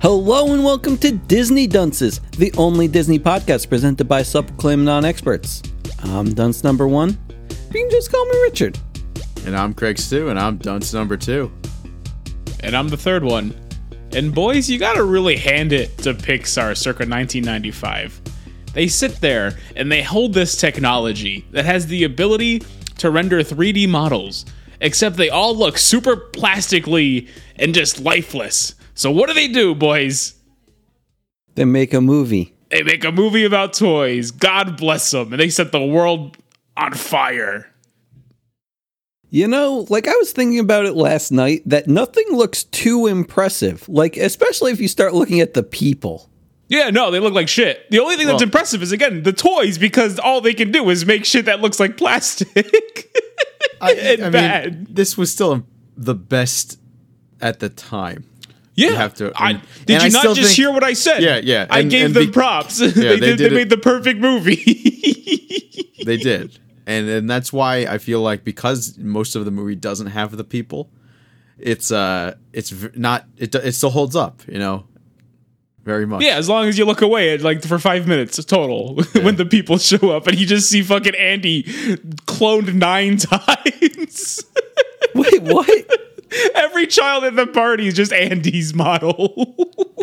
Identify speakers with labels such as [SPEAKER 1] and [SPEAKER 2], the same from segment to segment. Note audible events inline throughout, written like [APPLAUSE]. [SPEAKER 1] Hello and welcome to Disney Dunces, the only Disney podcast presented by self-proclaimed non-experts. I'm Dunce number one. You can just call me Richard.
[SPEAKER 2] And I'm Craig Stu, and I'm dunce number two.
[SPEAKER 3] and I'm the third one. And boys, you gotta really hand it to Pixar circa 1995. They sit there and they hold this technology that has the ability to render 3D models, except they all look super plastically and just lifeless. So, what do they do, boys?
[SPEAKER 1] They make a movie.
[SPEAKER 3] They make a movie about toys. God bless them. And they set the world on fire.
[SPEAKER 1] You know, like I was thinking about it last night, that nothing looks too impressive. Like, especially if you start looking at the people. [LAUGHS]
[SPEAKER 3] Yeah, no, they look like shit. The only thing that's impressive is, again, the toys, because all they can do is make shit that looks like plastic. [LAUGHS] and bad.
[SPEAKER 2] this was still the best at the time.
[SPEAKER 3] Yeah,
[SPEAKER 2] have to-
[SPEAKER 3] I,
[SPEAKER 2] and-
[SPEAKER 3] did
[SPEAKER 2] and
[SPEAKER 3] you
[SPEAKER 2] I
[SPEAKER 3] not
[SPEAKER 2] still
[SPEAKER 3] just
[SPEAKER 2] think-
[SPEAKER 3] hear what I said?
[SPEAKER 2] Yeah, yeah,
[SPEAKER 3] I
[SPEAKER 2] and-
[SPEAKER 3] gave
[SPEAKER 2] and
[SPEAKER 3] them
[SPEAKER 2] be-
[SPEAKER 3] [LAUGHS] props.
[SPEAKER 2] they
[SPEAKER 3] they, did,
[SPEAKER 2] did
[SPEAKER 3] they
[SPEAKER 2] it-
[SPEAKER 3] made the perfect movie. [LAUGHS]
[SPEAKER 2] They did, and and that's why I feel like because most of the movie doesn't have the people, it's uh, it's v- not it do- it still holds up, you know, very much.
[SPEAKER 3] yeah, as long as you look away, at, like for five minutes total, [LAUGHS] when the people show up, and you just see fucking Andy cloned nine [LAUGHS] times. [LAUGHS]
[SPEAKER 1] Wait, what?
[SPEAKER 3] Every child at the party is just Andy's model. [LAUGHS]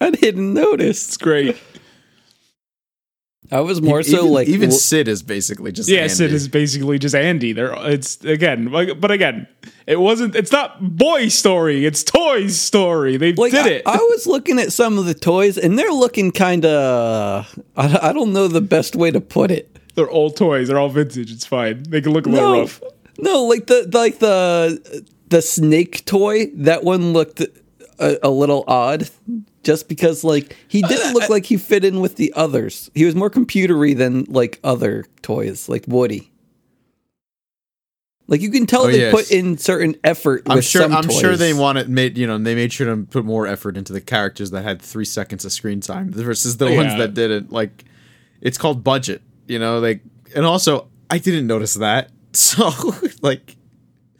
[SPEAKER 1] I didn't notice.
[SPEAKER 3] it's great.
[SPEAKER 1] I was more so
[SPEAKER 2] even,
[SPEAKER 1] like
[SPEAKER 2] even
[SPEAKER 1] w-
[SPEAKER 2] Sid is basically just
[SPEAKER 3] Yes, it
[SPEAKER 2] Andy.
[SPEAKER 3] is basically just Andy. There, it's again, like, but again, it wasn't. It's not boy story. It's toy story. They
[SPEAKER 1] like
[SPEAKER 3] did
[SPEAKER 1] I-
[SPEAKER 3] it.
[SPEAKER 1] I, was looking at some of the toys, and they're looking kind of. I, I don't know the best way to put it.
[SPEAKER 3] They're old toys. They're all vintage. It's fine. They can look a little rough.
[SPEAKER 1] No, like the like the the snake toy. That one looked a, a little odd, just because like he didn't look like he fit in with the others. He was more computery than like other toys, like Woody. Like you can tell
[SPEAKER 2] Oh,
[SPEAKER 1] they
[SPEAKER 2] yes.
[SPEAKER 1] put in certain effort.
[SPEAKER 2] I'm
[SPEAKER 1] with
[SPEAKER 2] sure.
[SPEAKER 1] some
[SPEAKER 2] I'm sure
[SPEAKER 1] toys.
[SPEAKER 2] they wanted made you know they made sure to put more effort into the characters that had three seconds of screen time [LAUGHS] versus the ones
[SPEAKER 3] Yeah.
[SPEAKER 2] that didn't. Like, it's called budget. You know, like, and also I didn't notice that. [LAUGHS] So like,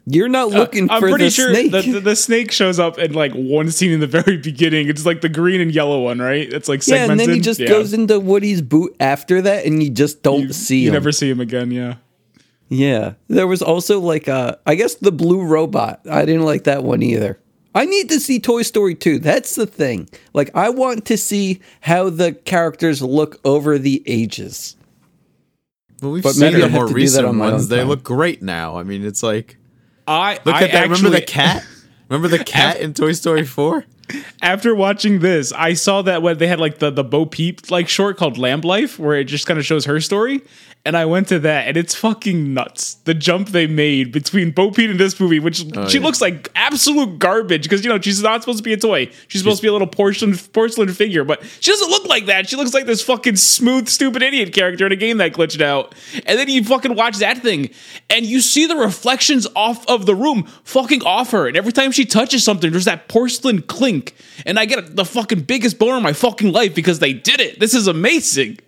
[SPEAKER 1] You're not looking
[SPEAKER 3] Uh, I'm
[SPEAKER 1] for
[SPEAKER 3] pretty
[SPEAKER 1] the
[SPEAKER 3] sure
[SPEAKER 1] snake.
[SPEAKER 3] that the, the snake shows up in like one scene in the very [LAUGHS] beginning. It's like the green and yellow one, right? That's like
[SPEAKER 1] yeah,
[SPEAKER 3] segmented.
[SPEAKER 1] and then he just
[SPEAKER 3] Yeah.
[SPEAKER 1] goes into Woody's boot after that, and you just don't
[SPEAKER 3] You,
[SPEAKER 1] see
[SPEAKER 3] you
[SPEAKER 1] him.
[SPEAKER 3] never see him again. Yeah.
[SPEAKER 1] Yeah. There was also like uh I guess the blue robot. I didn't like that one either. I need to see Toy Story 2. That's the thing. Like I want to see how the characters look over the ages.
[SPEAKER 2] well, we've
[SPEAKER 1] But
[SPEAKER 2] seen
[SPEAKER 1] maybe I have
[SPEAKER 2] the more
[SPEAKER 1] to do that
[SPEAKER 2] recent
[SPEAKER 1] on my own
[SPEAKER 2] ones. They
[SPEAKER 1] time.
[SPEAKER 2] look great now. I mean, it's like
[SPEAKER 3] I
[SPEAKER 2] look
[SPEAKER 3] I
[SPEAKER 2] at that.
[SPEAKER 3] Actually,
[SPEAKER 2] remember the
[SPEAKER 1] [LAUGHS]
[SPEAKER 2] cat? Remember the cat in Toy Story Four?
[SPEAKER 3] After watching this, I saw that when they had like the the Bo Peep like short called Lamb Life, where it just kind of shows her story, and I went to that, and it's fucking nuts. The jump they made between Bo Peep and this movie, which
[SPEAKER 1] Oh,
[SPEAKER 3] she
[SPEAKER 2] yeah.
[SPEAKER 3] looks like absolute garbage because you know she's not supposed to be a toy. She's, supposed to be a little porcelain porcelain figure, but she doesn't look like that. She looks like this fucking smooth, stupid idiot character in a game that glitched out. And then you fucking watch that thing, and you see the reflections off of the room fucking off her. And every time she touches something, there's that porcelain clink. And I get the fucking biggest boner of my fucking life because they did it. This is amazing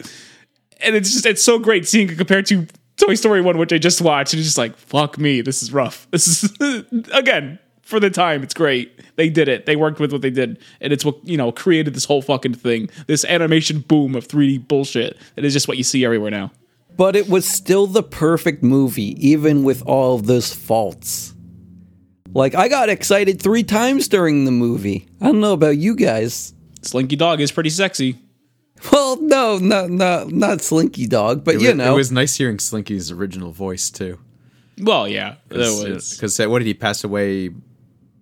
[SPEAKER 3] and it's just it's so great seeing it compared to Toy Story one, which I just watched, and it's just like fuck me, this is rough. [LAUGHS] This is again for the time, it's great. They did it. They worked with what they did, and it's what you know created this whole fucking thing, this animation boom of 3D bullshit that is just what you see everywhere now.
[SPEAKER 1] But it was still the perfect movie even with all of those faults. Like I got excited 3 times during the movie. I don't know about you guys. [LAUGHS]
[SPEAKER 3] Slinky Dog is pretty sexy.
[SPEAKER 1] Well, no, no, no, not Slinky Dog, but
[SPEAKER 2] It
[SPEAKER 1] you
[SPEAKER 2] was-
[SPEAKER 1] know.
[SPEAKER 2] it was nice hearing Slinky's original voice too. uh,
[SPEAKER 3] Well, yeah, that was
[SPEAKER 2] Because what did he pass away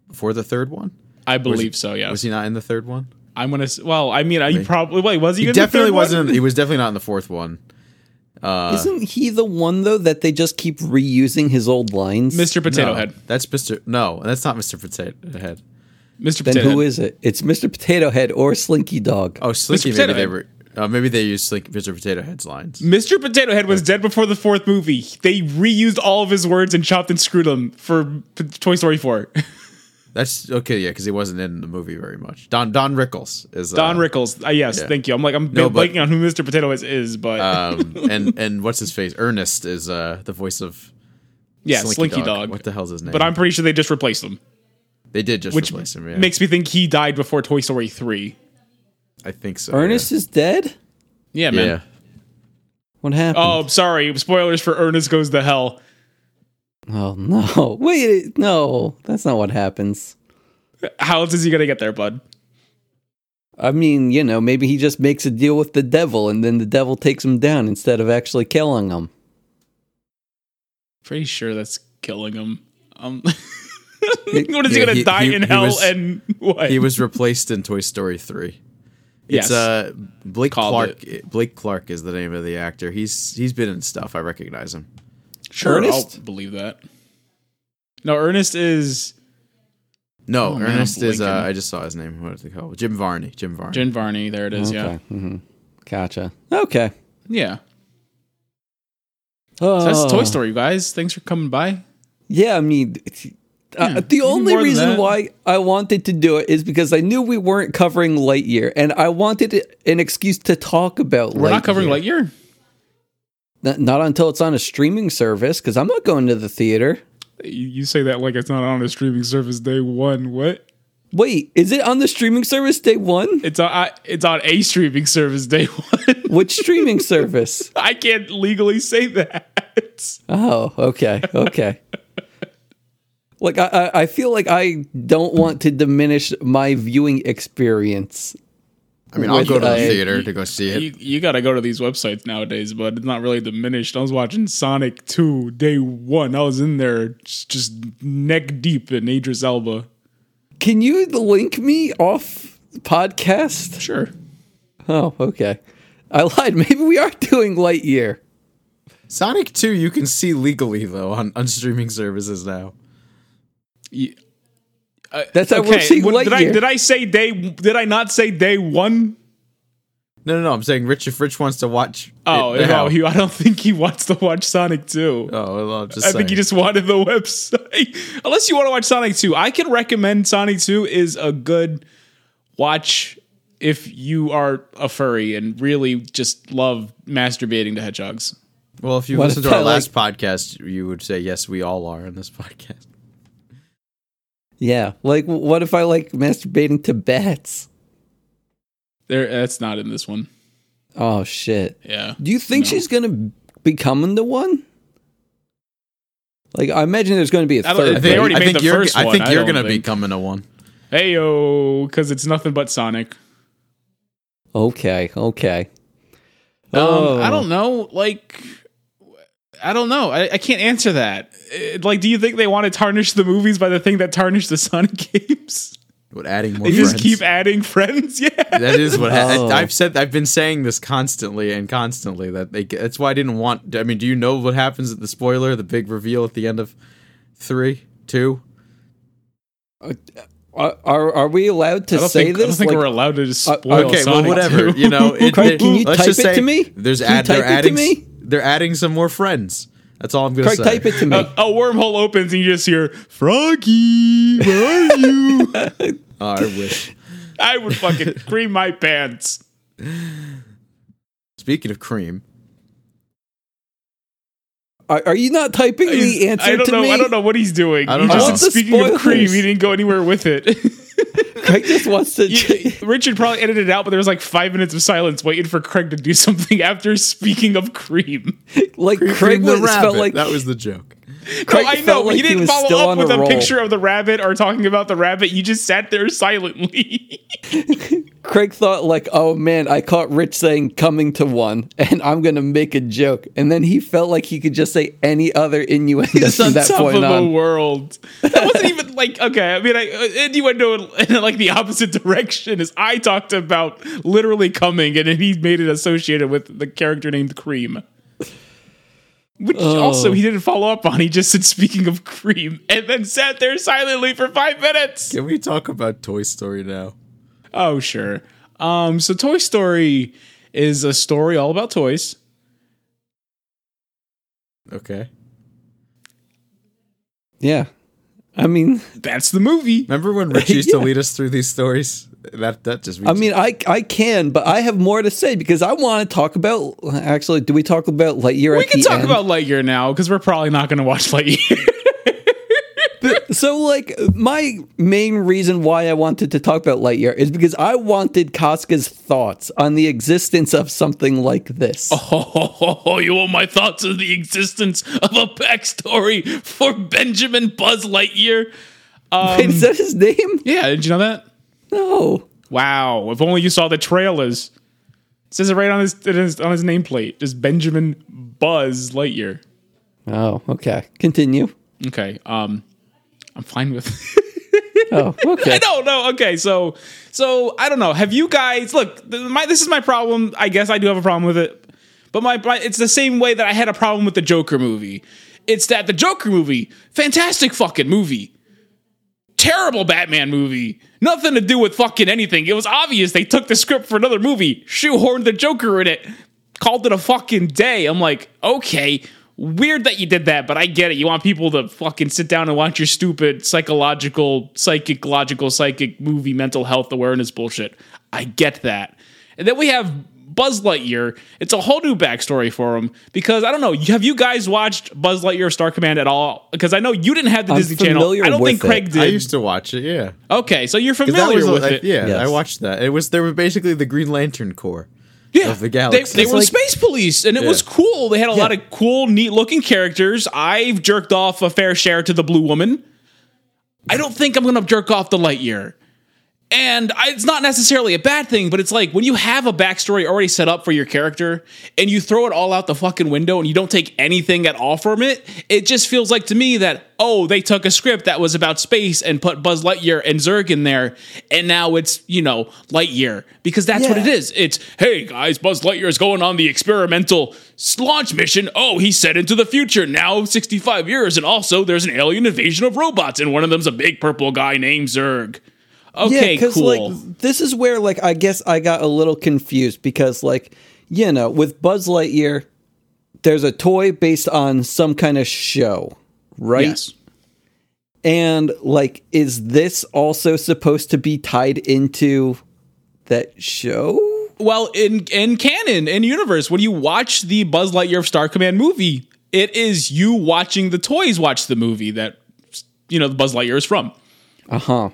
[SPEAKER 2] before the third one?
[SPEAKER 3] I believe so. Yeah,
[SPEAKER 2] Was he not in the third one?
[SPEAKER 3] I'm gonna. s- Well, I mean, I probably wait. Was he?
[SPEAKER 2] He
[SPEAKER 3] in the third
[SPEAKER 2] definitely
[SPEAKER 3] one?
[SPEAKER 2] wasn't. He was definitely not in the fourth one. uh,
[SPEAKER 1] Isn't he the one though that they just keep reusing his old lines?
[SPEAKER 3] Mr. Potato
[SPEAKER 2] No,
[SPEAKER 3] Head.
[SPEAKER 2] That's Mister. No, that's not Mister Potato Head.
[SPEAKER 3] Mr.
[SPEAKER 1] Then
[SPEAKER 3] Potato
[SPEAKER 1] who
[SPEAKER 3] Head.
[SPEAKER 1] is it? It's Mr. Potato Head or Slinky Dog.
[SPEAKER 2] Oh, Slinky.
[SPEAKER 3] Potato
[SPEAKER 2] Maybe they
[SPEAKER 3] Head.
[SPEAKER 2] were. Uh, maybe they used Slink, Mr. Potato Head's lines.
[SPEAKER 3] Mr. Potato Head was dead before the fourth movie. They reused all of his words and chopped and screwed them for P- Toy Story [LAUGHS] 4.
[SPEAKER 2] That's okay. Yeah, because he wasn't in the movie very much. Don Don Rickles is uh,
[SPEAKER 3] Don Rickles. Uh, yes,
[SPEAKER 2] yeah.
[SPEAKER 3] thank you. I'm like I'm
[SPEAKER 2] No, but-
[SPEAKER 3] blanking on who Mr. Potato Head is, but
[SPEAKER 2] Um, [LAUGHS] and and what's his face? Ernest is uh the voice of
[SPEAKER 3] yeah,
[SPEAKER 2] Slinky,
[SPEAKER 3] Slinky Dog.
[SPEAKER 2] What the hell's his name?
[SPEAKER 3] But I'm pretty sure they just replaced him,
[SPEAKER 2] they did just
[SPEAKER 3] which
[SPEAKER 2] replace him. Yeah,
[SPEAKER 3] makes me think he died before Toy Story 3.
[SPEAKER 2] I think so.
[SPEAKER 1] Ernest is dead.
[SPEAKER 3] Yeah,
[SPEAKER 2] Yeah.
[SPEAKER 3] man.
[SPEAKER 2] yeah.
[SPEAKER 1] What happened?
[SPEAKER 3] Oh, sorry. Spoilers for Ernest Goes to Hell.
[SPEAKER 1] Oh no! [LAUGHS] Wait, no, that's not what happens.
[SPEAKER 3] How else is he gonna get there, bud?
[SPEAKER 1] I mean, you know, maybe he just makes a deal with the devil, and then the devil takes him down instead of actually killing him.
[SPEAKER 3] Pretty sure that's killing him. Um, [LAUGHS] what
[SPEAKER 2] It-
[SPEAKER 3] is
[SPEAKER 2] yeah,
[SPEAKER 3] he gonna
[SPEAKER 2] he-
[SPEAKER 3] die
[SPEAKER 2] he-
[SPEAKER 3] in
[SPEAKER 2] he
[SPEAKER 3] hell
[SPEAKER 2] was-
[SPEAKER 3] and what?
[SPEAKER 2] He was replaced in Toy Story three.
[SPEAKER 3] yes.
[SPEAKER 2] It's uh Blake
[SPEAKER 3] Called
[SPEAKER 2] Clark. Blake Clark is the name of the actor. He's he's been in stuff. I recognize him.
[SPEAKER 3] Sure,
[SPEAKER 1] Ernest?
[SPEAKER 3] I'll believe that. No, Ernest is
[SPEAKER 2] No,
[SPEAKER 3] Oh, man, I'm
[SPEAKER 2] Ernest is. Uh,
[SPEAKER 3] blinking.
[SPEAKER 2] I just saw his name. What is it called? Jim Varney. Jim Varney.
[SPEAKER 3] Jen Varney. There it is.
[SPEAKER 1] Okay.
[SPEAKER 3] Yeah,
[SPEAKER 1] hmm Gotcha. Okay.
[SPEAKER 3] yeah.
[SPEAKER 1] Oh.
[SPEAKER 3] So that's
[SPEAKER 1] Uh.
[SPEAKER 3] Toy Story, you guys. Thanks for coming by.
[SPEAKER 1] Yeah, I mean, it's- uh, the only
[SPEAKER 3] Hmm. more than
[SPEAKER 1] reason
[SPEAKER 3] that.
[SPEAKER 1] why I wanted to do it is because I knew we weren't covering Lightyear, and I wanted i- an excuse to talk about.
[SPEAKER 3] We're not covering Lightyear.
[SPEAKER 1] Not, not until it's on a streaming service, because I'm not going to the theater.
[SPEAKER 3] You you say that like it's not on a streaming service day one. What?
[SPEAKER 1] Wait, is it on the streaming service day one?
[SPEAKER 3] It's on. I, it's on a streaming service day [LAUGHS] one.
[SPEAKER 1] Which
[SPEAKER 3] [LAUGHS]
[SPEAKER 1] streaming service?
[SPEAKER 3] I can't legally say that.
[SPEAKER 1] Oh, okay, okay. Like I, I I feel like I don't want to diminish my viewing experience.
[SPEAKER 2] I mean, I'll
[SPEAKER 1] With,
[SPEAKER 2] go to the
[SPEAKER 1] uh,
[SPEAKER 2] theater to go see it.
[SPEAKER 3] You, you got to go to these websites nowadays, but it's not really diminished. I was watching Sonic 2 day one. I was in there just, just neck deep in Idris Elba.
[SPEAKER 1] Can you link me off podcast?
[SPEAKER 3] Sure.
[SPEAKER 1] Oh, okay. I lied. Maybe we are doing Lightyear.
[SPEAKER 2] Sonic Two, you can see legally though on, on streaming services now.
[SPEAKER 3] Ye-
[SPEAKER 1] That's how we're seeing
[SPEAKER 3] what-
[SPEAKER 1] Lightyear.
[SPEAKER 3] did I did I say day? Did I not say day one?
[SPEAKER 2] No, no, no. I'm saying Rich. If Rich wants to watch,
[SPEAKER 3] Oh,
[SPEAKER 2] it now-
[SPEAKER 3] no, he, I don't think he wants to watch Sonic Two.
[SPEAKER 2] Oh, well, I'm just
[SPEAKER 3] I think he
[SPEAKER 2] saying.
[SPEAKER 3] just wanted the [LAUGHS] website. Unless you want to watch Sonic 2, I can recommend Sonic 2 is a good watch if you are a furry and really just love masturbating to hedgehogs.
[SPEAKER 2] Well, if you
[SPEAKER 1] What
[SPEAKER 2] listen
[SPEAKER 1] if
[SPEAKER 2] to
[SPEAKER 1] I,
[SPEAKER 2] our last podcast, you would say yes, we all are in this podcast.
[SPEAKER 1] yeah. Like, w- what if I like masturbating to bats?
[SPEAKER 3] There that's not in this one.
[SPEAKER 1] Oh shit.
[SPEAKER 3] Yeah.
[SPEAKER 1] Do you think
[SPEAKER 3] No.
[SPEAKER 1] she's gonna become into one? Like, I imagine there's going to be a
[SPEAKER 3] I don't-
[SPEAKER 1] third.
[SPEAKER 3] I They
[SPEAKER 1] one.
[SPEAKER 3] already
[SPEAKER 2] I
[SPEAKER 3] made
[SPEAKER 2] think
[SPEAKER 3] the
[SPEAKER 2] you're,
[SPEAKER 3] first
[SPEAKER 2] I
[SPEAKER 3] one,
[SPEAKER 2] think
[SPEAKER 3] I
[SPEAKER 2] you're
[SPEAKER 3] don't
[SPEAKER 2] gonna be
[SPEAKER 3] think.
[SPEAKER 2] coming to one.
[SPEAKER 3] Hey yo, cause it's nothing but Sonic.
[SPEAKER 1] Okay, okay.
[SPEAKER 3] Um, I don't know. Like, I don't know. I, I can't answer that. It- like, do you think they want to tarnish the movies by the thing that tarnished the Sonic [LAUGHS] games?
[SPEAKER 2] But adding more
[SPEAKER 3] They
[SPEAKER 2] friends.
[SPEAKER 3] just keep adding friends. [LAUGHS] Yeah.
[SPEAKER 2] that is what ha-
[SPEAKER 1] Oh.
[SPEAKER 2] I've said. I've been saying this constantly and constantly. That they, that's why I didn't want. I mean, do you know what happens at the spoiler, the big reveal at the end of three, two?
[SPEAKER 1] Are, are are we allowed to
[SPEAKER 3] I don't
[SPEAKER 1] say
[SPEAKER 3] think, I
[SPEAKER 1] this?
[SPEAKER 3] don't think
[SPEAKER 1] Like,
[SPEAKER 3] we're allowed to just spoil
[SPEAKER 2] uh, okay,
[SPEAKER 3] Sonic
[SPEAKER 2] well, whatever.
[SPEAKER 3] 2.
[SPEAKER 2] You
[SPEAKER 3] [LAUGHS]
[SPEAKER 2] know, [LAUGHS] it,
[SPEAKER 1] Craig, can you
[SPEAKER 2] let's
[SPEAKER 1] type
[SPEAKER 2] just
[SPEAKER 1] it to
[SPEAKER 2] say
[SPEAKER 1] me?
[SPEAKER 2] There's
[SPEAKER 1] Can you
[SPEAKER 2] add. They're
[SPEAKER 1] type it to
[SPEAKER 2] adding.
[SPEAKER 1] me?
[SPEAKER 2] s- They're adding some more friends. That's all I'm gonna
[SPEAKER 1] Craig,
[SPEAKER 2] say.
[SPEAKER 1] type it to me.
[SPEAKER 3] a, a wormhole opens and you just hear Froggy, where are you?
[SPEAKER 2] Oh, [LAUGHS] I wish.
[SPEAKER 3] I would
[SPEAKER 2] [LAUGHS]
[SPEAKER 3] fucking cream my pants.
[SPEAKER 2] Speaking of cream,
[SPEAKER 1] are, are you not typing the answer
[SPEAKER 3] I don't
[SPEAKER 1] to
[SPEAKER 3] know.
[SPEAKER 1] me?
[SPEAKER 3] I don't know what he's doing.
[SPEAKER 2] I don't
[SPEAKER 3] He just
[SPEAKER 2] know.
[SPEAKER 3] said,
[SPEAKER 2] What's the
[SPEAKER 3] speaking of cream,
[SPEAKER 1] spoilers?
[SPEAKER 3] he didn't go anywhere with it. [LAUGHS]
[SPEAKER 1] Craig just wants [LAUGHS] to.
[SPEAKER 3] You- Richard probably edited it out, but there was like five minutes of silence waiting for Craig to do [LAUGHS] something after speaking of cream.
[SPEAKER 1] like
[SPEAKER 2] cream
[SPEAKER 1] Craig
[SPEAKER 2] the
[SPEAKER 1] was felt
[SPEAKER 2] rabbit.
[SPEAKER 1] like
[SPEAKER 2] that was the joke.
[SPEAKER 1] Craig
[SPEAKER 3] no, I know.
[SPEAKER 1] felt
[SPEAKER 3] but
[SPEAKER 1] like
[SPEAKER 3] you
[SPEAKER 1] he
[SPEAKER 3] didn't
[SPEAKER 1] was still
[SPEAKER 3] follow
[SPEAKER 1] on
[SPEAKER 3] up with
[SPEAKER 1] a
[SPEAKER 3] a
[SPEAKER 1] roll.
[SPEAKER 3] picture of the rabbit or talking about the rabbit. You just sat there silently. [LAUGHS]
[SPEAKER 1] Craig thought like, "Oh man, I caught Rich saying coming to one, [LAUGHS] and I'm gonna make a joke." And then he felt like he could just say any other innuendo
[SPEAKER 3] It's
[SPEAKER 1] from
[SPEAKER 3] on
[SPEAKER 1] that
[SPEAKER 3] top
[SPEAKER 1] point
[SPEAKER 3] of the
[SPEAKER 1] on.
[SPEAKER 3] world. That wasn't even like okay. I mean, I, uh, innuendo in, in like the opposite [LAUGHS] direction is I talked about literally coming, and then he made it associated with the character named Cream, which
[SPEAKER 1] Oh.
[SPEAKER 3] also he didn't follow up on. He just said, "Speaking of Cream," [LAUGHS] and then sat there silently for five minutes.
[SPEAKER 2] Can we talk about Toy Story now?
[SPEAKER 3] Oh sure. Um. So Toy Story is a story all about toys.
[SPEAKER 2] Okay.
[SPEAKER 1] Yeah, I mean,
[SPEAKER 3] That's the movie.
[SPEAKER 2] Remember when Rich used to lead us through these stories? That that just.
[SPEAKER 1] I mean, I I can, but I have more to say because I want to talk about. Actually, do we talk about Lightyear?
[SPEAKER 3] We
[SPEAKER 1] at
[SPEAKER 3] can
[SPEAKER 1] the
[SPEAKER 3] talk
[SPEAKER 1] end?
[SPEAKER 3] about Lightyear now because we're probably not going to watch Lightyear.
[SPEAKER 1] So, like, my main reason why I wanted to talk about Lightyear is because I wanted Casca's thoughts on the existence of something like this.
[SPEAKER 3] Um, Oh, [LAUGHS] you want my thoughts of the existence of a backstory for Benjamin Buzz Lightyear?
[SPEAKER 1] Wait, is that his name?
[SPEAKER 3] Yeah, did you know that?
[SPEAKER 1] No.
[SPEAKER 3] Wow, if only you saw the trailers. It says it right on his, it is on his nameplate, just Benjamin Buzz Lightyear.
[SPEAKER 1] Oh, okay. Continue.
[SPEAKER 3] Okay, um, I'm fine with.
[SPEAKER 1] Oh, okay.
[SPEAKER 3] [LAUGHS] I don't know. Okay, so so I don't know. Have you guys look? th- My this is my problem. I guess I do have a problem with it, but my, my it's the same way that I had a problem with the Joker movie. It's that the Joker movie, fantastic fucking movie, terrible Batman movie, nothing to do with fucking anything. It was obvious they took the script for another movie, shoehorned the Joker in it, called it a fucking day. I'm like, okay. Weird that you did that, but I get it. You want people to fucking sit down and watch your stupid psychological, psychic, logical, psychic movie mental health awareness bullshit. I get that. And then we have Buzz Lightyear. It's a whole new backstory for him because I don't know. Have you guys watched Buzz Lightyear Star Command at all? Because I know you didn't have the
[SPEAKER 1] I'm
[SPEAKER 3] Disney Channel.
[SPEAKER 1] familiar
[SPEAKER 3] I don't
[SPEAKER 1] with
[SPEAKER 3] think
[SPEAKER 1] it.
[SPEAKER 3] Craig did.
[SPEAKER 2] I used to watch it. Yeah.
[SPEAKER 3] Okay, so you're
[SPEAKER 2] 'Cause that
[SPEAKER 3] familiar
[SPEAKER 2] was a-
[SPEAKER 3] with
[SPEAKER 2] I-
[SPEAKER 3] it.
[SPEAKER 2] Yeah,
[SPEAKER 1] Yes.
[SPEAKER 2] I watched that. It was they were basically the Green Lantern Corps.
[SPEAKER 3] yeah.
[SPEAKER 2] of the galaxy.
[SPEAKER 3] They, they
[SPEAKER 2] It's
[SPEAKER 3] were the
[SPEAKER 1] like-
[SPEAKER 3] space police, and it
[SPEAKER 2] Yeah.
[SPEAKER 3] was cool. They had a lot of cool, neat looking characters. I've jerked off a fair share to the Blue Woman. I don't think I'm going to jerk off the Lightyear. And I, it's not necessarily a bad thing, but it's like when you have a backstory already set up for your character and you throw it all out the fucking window and you don't take anything at all from it, it just feels like to me that, oh, they took a script that was about space and put Buzz Lightyear and Zurg in there, and now it's, you know, Lightyear. Because that's what it
[SPEAKER 1] Yeah.
[SPEAKER 3] is. It's, hey guys, Buzz Lightyear is going on the experimental s- launch mission. Oh, he's set into the future now, 65 years, and also there's an alien invasion of robots, and one of them's a big purple guy named Zurg. Okay, cool.
[SPEAKER 1] like this is where like I guess I got a little confused because like you know with Buzz Lightyear, there's a toy based on some kind of show, right?
[SPEAKER 3] yes.
[SPEAKER 1] And like, is this also supposed to be tied into that show?
[SPEAKER 3] Well, in in canon, in universe, when you watch the Buzz Lightyear of Star Command movie, it is you watching the toys watch the movie that you know the Buzz Lightyear is from.
[SPEAKER 1] Uh huh.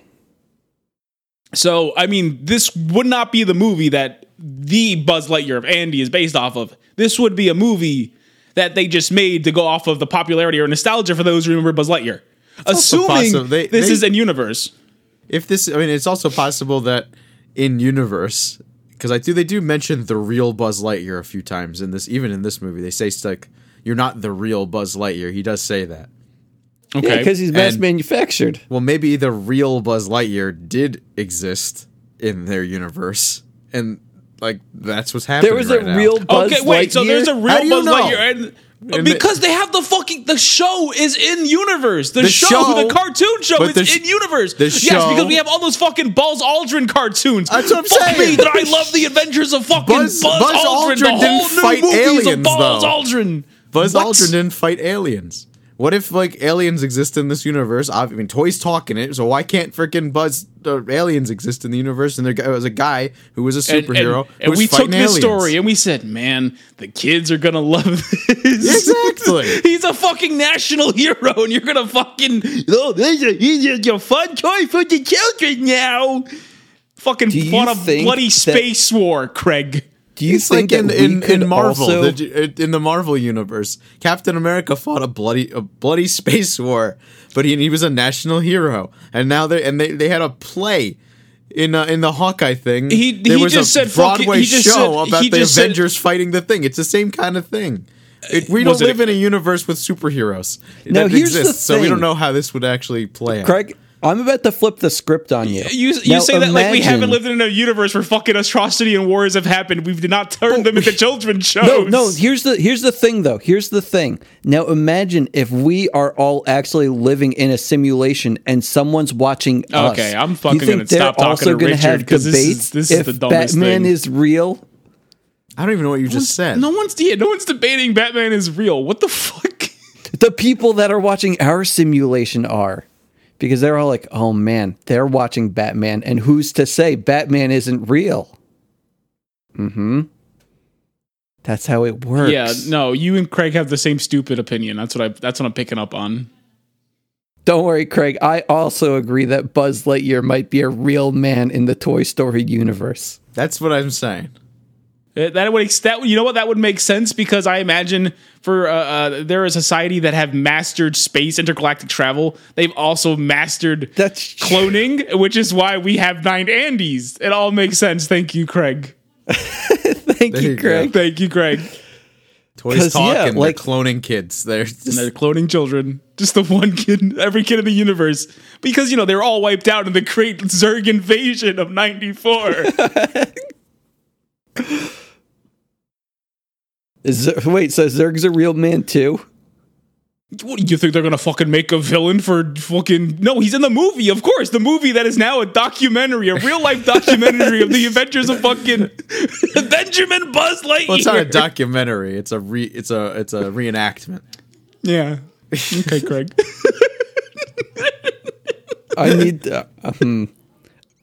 [SPEAKER 3] So, I mean, this would not be the movie that the Buzz Lightyear of Andy is based off of. This would be a movie that they just made to go off of the popularity or nostalgia for those who remember Buzz Lightyear. Assuming
[SPEAKER 2] possible- they-
[SPEAKER 3] this
[SPEAKER 2] they-
[SPEAKER 3] is in universe.
[SPEAKER 2] If this, I mean, it's also possible that in universe, because I do they do mention the real Buzz Lightyear a few times in this, even in this movie, they say it's like you're not the real Buzz Lightyear. He does say that.
[SPEAKER 3] Okay.
[SPEAKER 1] Yeah, because he's mass
[SPEAKER 2] and-
[SPEAKER 1] manufactured.
[SPEAKER 2] Well, maybe the real Buzz Lightyear did exist in their universe, and like that's what's happening.
[SPEAKER 1] There was
[SPEAKER 2] right
[SPEAKER 1] a
[SPEAKER 2] now.
[SPEAKER 1] real Buzz
[SPEAKER 3] okay, wait. So
[SPEAKER 1] Lightyear-
[SPEAKER 3] there's a real
[SPEAKER 2] How do you
[SPEAKER 3] Buzz
[SPEAKER 2] know?
[SPEAKER 3] Lightyear, and,
[SPEAKER 2] And
[SPEAKER 3] because they have the fucking the show is in universe. The,
[SPEAKER 2] The
[SPEAKER 3] show,
[SPEAKER 2] show-
[SPEAKER 3] the cartoon show,
[SPEAKER 2] but
[SPEAKER 3] is
[SPEAKER 2] the sh-
[SPEAKER 3] in universe.
[SPEAKER 2] the
[SPEAKER 3] yes,
[SPEAKER 2] show-
[SPEAKER 3] because we have all those fucking Buzz Aldrin cartoons.
[SPEAKER 2] That's what I'm
[SPEAKER 3] Fuck
[SPEAKER 2] saying.
[SPEAKER 3] me, that I love the adventures of fucking Buzz,
[SPEAKER 2] Buzz- Buzz
[SPEAKER 3] Aldrin. The
[SPEAKER 2] Aldrin
[SPEAKER 3] whole
[SPEAKER 2] didn't
[SPEAKER 3] new
[SPEAKER 2] fight
[SPEAKER 3] movies of
[SPEAKER 2] aliens,
[SPEAKER 3] Buzz
[SPEAKER 2] though.
[SPEAKER 3] Aldrin.
[SPEAKER 2] Buzz
[SPEAKER 3] What?
[SPEAKER 2] Aldrin didn't fight aliens. What if like aliens exist in this universe? I mean, toys talk in it, so why can't freaking Buzz uh, aliens exist in the universe? And there was a guy who was a
[SPEAKER 3] And- and-
[SPEAKER 2] superhero.
[SPEAKER 3] and,
[SPEAKER 2] who was
[SPEAKER 3] we took
[SPEAKER 2] fighting
[SPEAKER 3] this
[SPEAKER 2] aliens.
[SPEAKER 3] story and we said, "Man, the kids are gonna love this." [LAUGHS]
[SPEAKER 2] Exactly.
[SPEAKER 3] He's a fucking national hero, and you're gonna fucking oh, this is, this is a fun toy for the children now. Fucking
[SPEAKER 1] you
[SPEAKER 3] fought a
[SPEAKER 1] think
[SPEAKER 3] bloody
[SPEAKER 1] that-
[SPEAKER 3] space war, Craig.
[SPEAKER 1] Do you
[SPEAKER 2] It's like
[SPEAKER 1] think
[SPEAKER 2] in
[SPEAKER 1] that we
[SPEAKER 2] in,
[SPEAKER 1] could
[SPEAKER 2] in Marvel,
[SPEAKER 1] also-
[SPEAKER 2] the- in the Marvel universe, Captain America fought a bloody a bloody [LAUGHS] space war, but he, he was a national hero, and now they and they, they had a play. In, uh, in the Hawkeye thing,
[SPEAKER 3] He-
[SPEAKER 2] there
[SPEAKER 3] he
[SPEAKER 2] was
[SPEAKER 3] just
[SPEAKER 2] a
[SPEAKER 3] said fuck it.
[SPEAKER 2] Broadway
[SPEAKER 3] He just
[SPEAKER 2] show
[SPEAKER 3] said-
[SPEAKER 2] about
[SPEAKER 3] he
[SPEAKER 2] the
[SPEAKER 3] just said-
[SPEAKER 2] Avengers fighting the thing. It's the same kind of thing. It- we don't
[SPEAKER 3] was it-
[SPEAKER 2] live in a universe with superheroes
[SPEAKER 1] Now,
[SPEAKER 2] that
[SPEAKER 1] here's the
[SPEAKER 2] exists, so we
[SPEAKER 1] thing.
[SPEAKER 2] don't know how this would actually play out.
[SPEAKER 1] Craig, I'm about to flip the script on you.
[SPEAKER 3] You, you
[SPEAKER 1] Now,
[SPEAKER 3] say that like we haven't
[SPEAKER 1] imagine-
[SPEAKER 3] lived in a universe where fucking atrocity and wars have happened. We've not turned them into [LAUGHS] children's shows.
[SPEAKER 1] No, no. Here's the here's the thing though. Here's the thing. Now imagine if we are all actually living in a simulation and someone's watching us.
[SPEAKER 3] Okay, I'm
[SPEAKER 1] You
[SPEAKER 3] fucking
[SPEAKER 1] think
[SPEAKER 3] gonna stop
[SPEAKER 1] they're
[SPEAKER 3] talking
[SPEAKER 1] also
[SPEAKER 3] to
[SPEAKER 1] gonna
[SPEAKER 3] Richard,
[SPEAKER 1] have
[SPEAKER 3] 'cause this is-
[SPEAKER 1] debates
[SPEAKER 3] this is
[SPEAKER 1] if
[SPEAKER 3] the dumbest
[SPEAKER 1] Batman
[SPEAKER 3] thing.
[SPEAKER 1] is real.
[SPEAKER 2] I don't even know what you just said.
[SPEAKER 3] no one's yeah, no one's debating Batman is real. What the fuck?
[SPEAKER 1] The people that are watching our simulation are. Because they're all like, oh man, they're watching Batman, and who's to say Batman isn't real? Mm-hmm. That's how it works.
[SPEAKER 3] Yeah, no, you and Craig have the same stupid opinion. That's what I. That's what I'm picking up on.
[SPEAKER 1] Don't worry, Craig. I also agree that Buzz Lightyear might be a real man in the Toy Story universe.
[SPEAKER 2] That's what I'm saying.
[SPEAKER 3] Uh, That would ex- that you know what that would make sense because I imagine for uh, uh, there is a society that have mastered space intergalactic travel. They've also mastered
[SPEAKER 1] That's true.
[SPEAKER 3] cloning, which is why we have nine Andes. It all makes sense. Thank you, Craig.
[SPEAKER 1] Thank
[SPEAKER 2] There
[SPEAKER 1] you,
[SPEAKER 2] you go.
[SPEAKER 1] Craig.
[SPEAKER 3] Thank you, Craig.
[SPEAKER 2] Toys
[SPEAKER 1] 'Cause,
[SPEAKER 2] talk
[SPEAKER 1] yeah,
[SPEAKER 2] and
[SPEAKER 1] like-
[SPEAKER 2] they're cloning kids. They're just,
[SPEAKER 3] And they're cloning children. Just the one kid, every kid in the universe, because you know they're all wiped out in the great Zerg invasion of '94.
[SPEAKER 1] Is there- wait, so Zerg's a real man too?
[SPEAKER 3] What, you think they're gonna fucking make a villain for fucking? No, he's in the movie, of course. The movie that is now a documentary, a real life documentary of the adventures of fucking Benjamin Buzz Lightyear.
[SPEAKER 2] Well, it's not a documentary. It's a re. It's a. It's a reenactment.
[SPEAKER 3] yeah. Okay, Craig.
[SPEAKER 1] I need. Uh, hmm.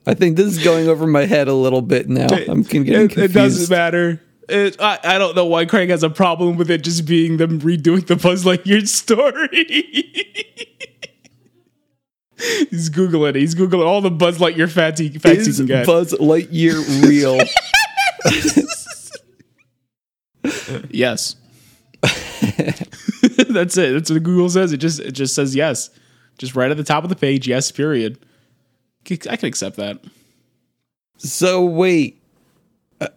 [SPEAKER 1] I think this is going over my head a little bit now. [LAUGHS] I'm getting
[SPEAKER 3] it,
[SPEAKER 1] confused.
[SPEAKER 3] it doesn't matter. It, I, I don't know why Craig has a problem with it just being them redoing the Buzz Lightyear story. [LAUGHS] He's googling it. He's googling all the Buzz Lightyear facts he, facts he
[SPEAKER 1] Is
[SPEAKER 3] can get.
[SPEAKER 1] Buzz Lightyear real?
[SPEAKER 3] Yes. [LAUGHS] That's it. That's what Google says. It just it just says yes. Just right at the top of the page, yes, period. C- I can accept that.
[SPEAKER 1] so wait, Uh,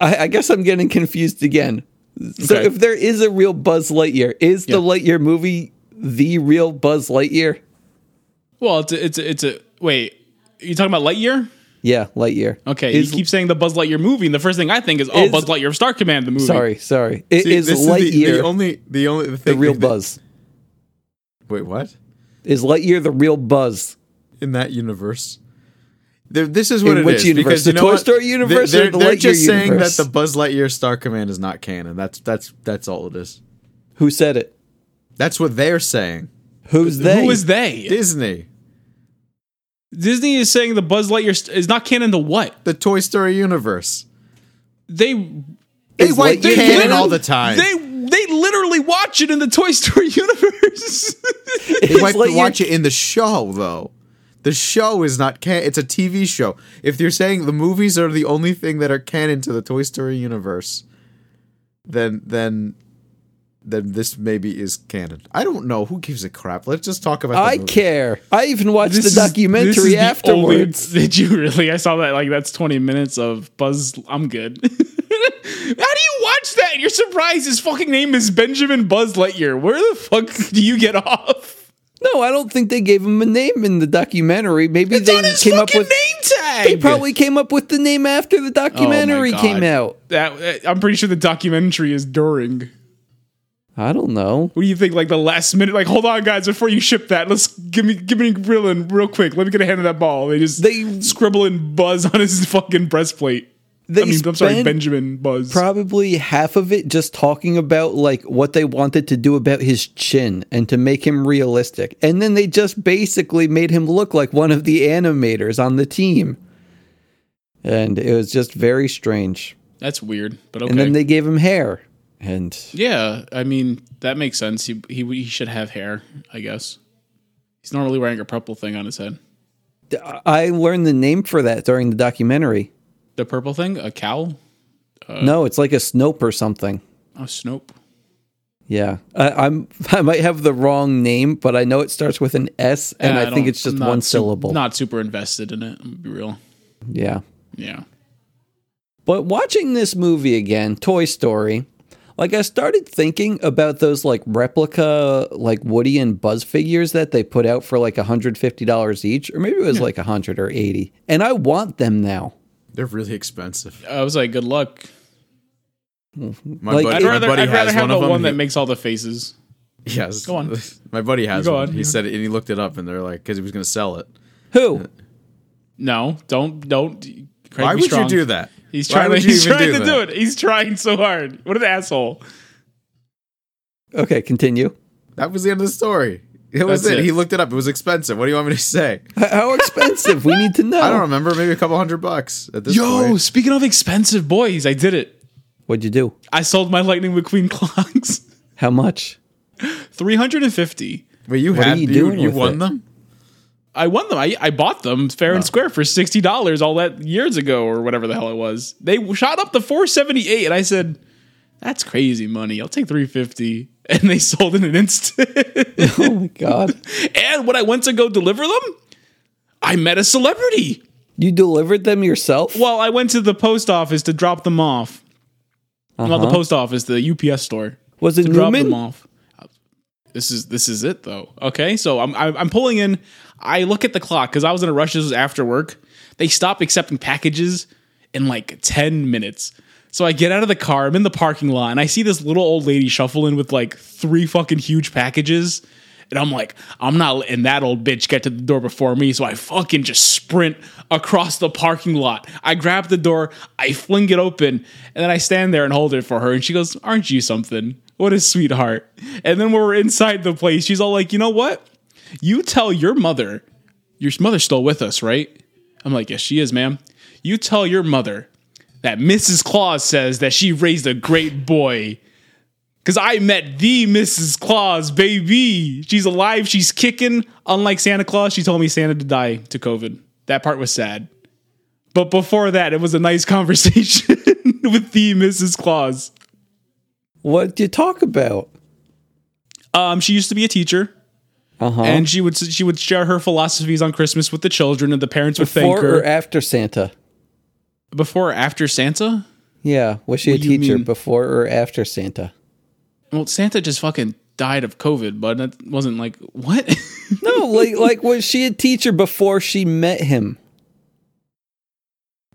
[SPEAKER 1] I, I guess I'm getting confused again. So
[SPEAKER 3] Okay.
[SPEAKER 1] if there is a real Buzz Lightyear, is the Lightyear movie the real Buzz Lightyear?
[SPEAKER 3] Well, it's a, it's a, it's a wait. Are you talking about Lightyear?
[SPEAKER 1] Yeah, Lightyear.
[SPEAKER 3] Okay,
[SPEAKER 1] is,
[SPEAKER 3] you keep saying the Buzz Lightyear movie, and the first thing I think is, oh,
[SPEAKER 1] Is-
[SPEAKER 3] Buzz Lightyear of Star Command, the movie.
[SPEAKER 1] sorry, sorry. It is
[SPEAKER 2] this
[SPEAKER 1] Lightyear
[SPEAKER 2] the, the
[SPEAKER 1] the,
[SPEAKER 2] only. The only the thing,
[SPEAKER 1] real
[SPEAKER 2] that-
[SPEAKER 1] Buzz?
[SPEAKER 2] Wait, what?
[SPEAKER 1] Is Lightyear the real Buzz?
[SPEAKER 2] In that universe. There- This is what
[SPEAKER 1] In
[SPEAKER 2] it
[SPEAKER 1] which
[SPEAKER 2] is,
[SPEAKER 1] universe?
[SPEAKER 2] because
[SPEAKER 1] The
[SPEAKER 2] you know
[SPEAKER 1] Toy
[SPEAKER 2] what?
[SPEAKER 1] Story universe or
[SPEAKER 2] They're,
[SPEAKER 1] the
[SPEAKER 2] they're
[SPEAKER 1] Lightyear
[SPEAKER 2] just saying
[SPEAKER 1] universe?
[SPEAKER 2] that the Buzz Lightyear Star Command is not canon. That's that's that's all it is.
[SPEAKER 1] Who said it?
[SPEAKER 2] That's what they're saying.
[SPEAKER 1] Who's they?
[SPEAKER 3] Who is they?
[SPEAKER 2] Disney,
[SPEAKER 3] Disney is saying the Buzz Lightyear st- is not canon to what
[SPEAKER 2] the Toy Story universe.
[SPEAKER 3] they
[SPEAKER 2] They
[SPEAKER 1] Is
[SPEAKER 2] white
[SPEAKER 1] Lightyear
[SPEAKER 2] canon
[SPEAKER 1] canon?
[SPEAKER 2] all the time.
[SPEAKER 3] they they literally watch it in the Toy Story [LAUGHS] universe.
[SPEAKER 2] They might
[SPEAKER 1] Lightyear-
[SPEAKER 2] watch it in the show though. The show is not canon. It's a TV show. If you're saying the movies are the only thing that are canon to the Toy Story universe, then then then this maybe is canon. I don't know. Who gives a crap? Let's just talk about. The
[SPEAKER 1] I
[SPEAKER 2] movie.
[SPEAKER 1] care. I even watched
[SPEAKER 3] This
[SPEAKER 1] the
[SPEAKER 3] is- this is
[SPEAKER 1] documentary
[SPEAKER 3] the
[SPEAKER 1] afterwards.
[SPEAKER 3] only- [LAUGHS] did you really? I saw that. Like that's twenty minutes of Buzz. I'm good. [LAUGHS] How do you watch that? You're surprised his fucking name is Benjamin Buzz Lightyear. Where the fuck [LAUGHS] do you get off?
[SPEAKER 1] no, I don't think they gave him a name in the documentary. Maybe
[SPEAKER 3] It's
[SPEAKER 1] they
[SPEAKER 3] on his
[SPEAKER 1] came up
[SPEAKER 3] fucking
[SPEAKER 1] with.
[SPEAKER 3] name tag.
[SPEAKER 1] They probably came up with the name after the
[SPEAKER 3] Oh my
[SPEAKER 1] documentary
[SPEAKER 3] God.
[SPEAKER 1] came out.
[SPEAKER 3] That uh, I'm pretty sure the documentary is during.
[SPEAKER 1] I don't know.
[SPEAKER 3] What do you think? Like the last minute? Like hold on, guys, before you ship that, let's give me give me grilling real quick. Let me get a hand of that ball. They just
[SPEAKER 1] They-
[SPEAKER 3] scribble and Buzz on his [LAUGHS] fucking breastplate.
[SPEAKER 1] They
[SPEAKER 3] I mean, I'm sorry,
[SPEAKER 1] spent-
[SPEAKER 3] Benjamin Buzz.
[SPEAKER 1] probably half of it just talking about like what they wanted to do about his chin and to make him realistic. And then they just basically made him look like one of the animators on the team. And it was just very strange.
[SPEAKER 3] That's weird, but okay.
[SPEAKER 1] And then they gave him hair. And
[SPEAKER 3] yeah, I mean that makes sense. He, he he should have hair, I guess. He's normally wearing a purple thing on his head.
[SPEAKER 1] I learned the name for that during the documentary.
[SPEAKER 3] The purple thing, a cow, Uh.
[SPEAKER 1] no, it's like a Snope or something.
[SPEAKER 3] a Snope.
[SPEAKER 1] Yeah, I, I'm. [LAUGHS] I might have the wrong name, but I know it starts with an S, and I, think
[SPEAKER 3] don't-
[SPEAKER 1] it's just
[SPEAKER 3] I'm not
[SPEAKER 1] one
[SPEAKER 3] su-
[SPEAKER 1] syllable.
[SPEAKER 3] Not super invested in it. I'm gonna be real.
[SPEAKER 1] yeah.
[SPEAKER 3] Yeah.
[SPEAKER 1] But watching this movie again, Toy Story, like I started thinking about those like replica like Woody and Buzz figures that they put out for like $150 each or maybe it was like 100 or 80. And I want them now.
[SPEAKER 2] They're really expensive.
[SPEAKER 3] I was like, good luck.
[SPEAKER 2] My
[SPEAKER 1] Like,
[SPEAKER 2] buddy,
[SPEAKER 3] I'd
[SPEAKER 2] my
[SPEAKER 3] rather,
[SPEAKER 2] buddy
[SPEAKER 3] I'd rather
[SPEAKER 2] has
[SPEAKER 3] have
[SPEAKER 2] one
[SPEAKER 3] the
[SPEAKER 2] of them.
[SPEAKER 3] one that
[SPEAKER 2] He-
[SPEAKER 3] makes all the faces.
[SPEAKER 2] yes,
[SPEAKER 3] Go on.
[SPEAKER 2] [LAUGHS] My buddy has
[SPEAKER 3] Go
[SPEAKER 2] one.
[SPEAKER 3] on,
[SPEAKER 2] he
[SPEAKER 3] yeah.
[SPEAKER 2] said it, and he looked it up, and they're like, because he was going to sell it.
[SPEAKER 3] Uh,
[SPEAKER 1] Who?
[SPEAKER 3] No, don't, don't. Craig,
[SPEAKER 2] Why
[SPEAKER 3] be
[SPEAKER 2] would
[SPEAKER 3] strong.
[SPEAKER 2] you do that?
[SPEAKER 3] He's
[SPEAKER 2] Why
[SPEAKER 3] trying,
[SPEAKER 2] would you
[SPEAKER 3] to, he's
[SPEAKER 2] even
[SPEAKER 3] trying
[SPEAKER 2] do
[SPEAKER 3] to do
[SPEAKER 2] that?
[SPEAKER 3] it. He's trying so hard. What an asshole.
[SPEAKER 1] Okay, continue.
[SPEAKER 2] That was the end of the story. It was
[SPEAKER 3] That's
[SPEAKER 2] it.
[SPEAKER 3] it.
[SPEAKER 2] He looked it up. It was expensive. What do you want me to
[SPEAKER 3] [LAUGHS]
[SPEAKER 2] say?
[SPEAKER 1] H- How expensive? we need to know.
[SPEAKER 2] I don't remember. Maybe a couple hundred bucks at this
[SPEAKER 3] Yo,
[SPEAKER 2] point.
[SPEAKER 3] speaking of expensive boys, I did it.
[SPEAKER 1] What'd you do?
[SPEAKER 3] I sold my Lightning McQueen [LAUGHS] clocks.
[SPEAKER 1] How much? [LAUGHS]
[SPEAKER 3] 350.
[SPEAKER 2] Wait, you
[SPEAKER 1] are
[SPEAKER 2] had
[SPEAKER 1] you
[SPEAKER 2] you,
[SPEAKER 1] doing
[SPEAKER 2] you
[SPEAKER 1] with
[SPEAKER 2] won
[SPEAKER 1] it?
[SPEAKER 2] them?
[SPEAKER 3] I won them. I, I bought them fair and square for sixty dollars all that years ago or whatever the hell it was. They shot up to four seventy eight, and I said, "That's crazy money. I'll take three fifty. [LAUGHS] And they sold in an instant. [LAUGHS]
[SPEAKER 1] Oh my god.
[SPEAKER 3] and when I went to go deliver them, I met a celebrity.
[SPEAKER 1] You delivered them yourself?
[SPEAKER 3] Well, I went to the post office to drop them off. Not the post office, the UPS store.
[SPEAKER 1] Was it
[SPEAKER 3] to drop them
[SPEAKER 1] Newman?
[SPEAKER 3] off. This is this is it though. Okay, so I'm I'm, I'm pulling in. I look at the clock because I was in a rush. This was after work. They stopped accepting packages in like ten minutes. So I get out of the car. I'm in the parking lot, and I see this little old lady shuffling with like three fucking huge packages. And I'm like, I'm not letting that old bitch get to the door before me. So I fucking just sprint across the parking lot. I grab the door, I fling it open, and then I stand there and hold it for her. And she goes, Aren't you something? What a sweetheart. And then when we're inside the place, she's all like, You know what? You tell your mother, your mother's still with us, right? I'm like, Yes, she is, ma'am. You tell your mother that Mrs. Claus says that she raised a great boy. Cause I met the Mrs. Claus, baby. She's alive. She's kicking. Unlike Santa Claus, she told me Santa to die to COVID. That part was sad. But before that, it was a nice [LAUGHS] conversation with the Mrs. Claus.
[SPEAKER 1] What'd you talk about?
[SPEAKER 3] Um, she used to be a teacher,
[SPEAKER 1] Uh-huh.
[SPEAKER 3] and she would she would share her philosophies on Christmas with the children, and the parents would thank
[SPEAKER 1] Before
[SPEAKER 3] her
[SPEAKER 1] or after Santa?
[SPEAKER 3] before or after Santa.
[SPEAKER 1] Yeah, was she a
[SPEAKER 3] What do you
[SPEAKER 1] teacher
[SPEAKER 3] mean?
[SPEAKER 1] before or after Santa?
[SPEAKER 3] Well, Santa just fucking died of COVID, but that wasn't like what. [LAUGHS]
[SPEAKER 1] [LAUGHS] No, like like was she a teacher before she met him?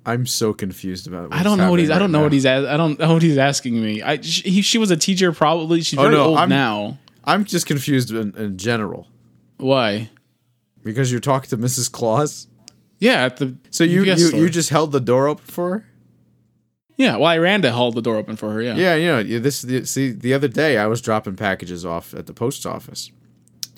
[SPEAKER 2] I'm so confused about.
[SPEAKER 3] I don't know what he's. I don't know what he's. as- I don't know what he's asking me. I sh- he, she was a teacher probably. She's
[SPEAKER 2] Oh,
[SPEAKER 3] very
[SPEAKER 2] no,
[SPEAKER 3] old
[SPEAKER 2] I'm-
[SPEAKER 3] now.
[SPEAKER 2] I'm just confused in, in general
[SPEAKER 3] Why?
[SPEAKER 2] because you talked to Mrs. Claus.
[SPEAKER 3] Yeah. At the
[SPEAKER 2] So you
[SPEAKER 3] UPS
[SPEAKER 2] you,
[SPEAKER 3] store.
[SPEAKER 2] you just held the door open for her.
[SPEAKER 3] yeah. Well, I ran to hold the door open for her. Yeah.
[SPEAKER 2] Yeah, you know you- this. the- See, the other day I was dropping packages off at the post office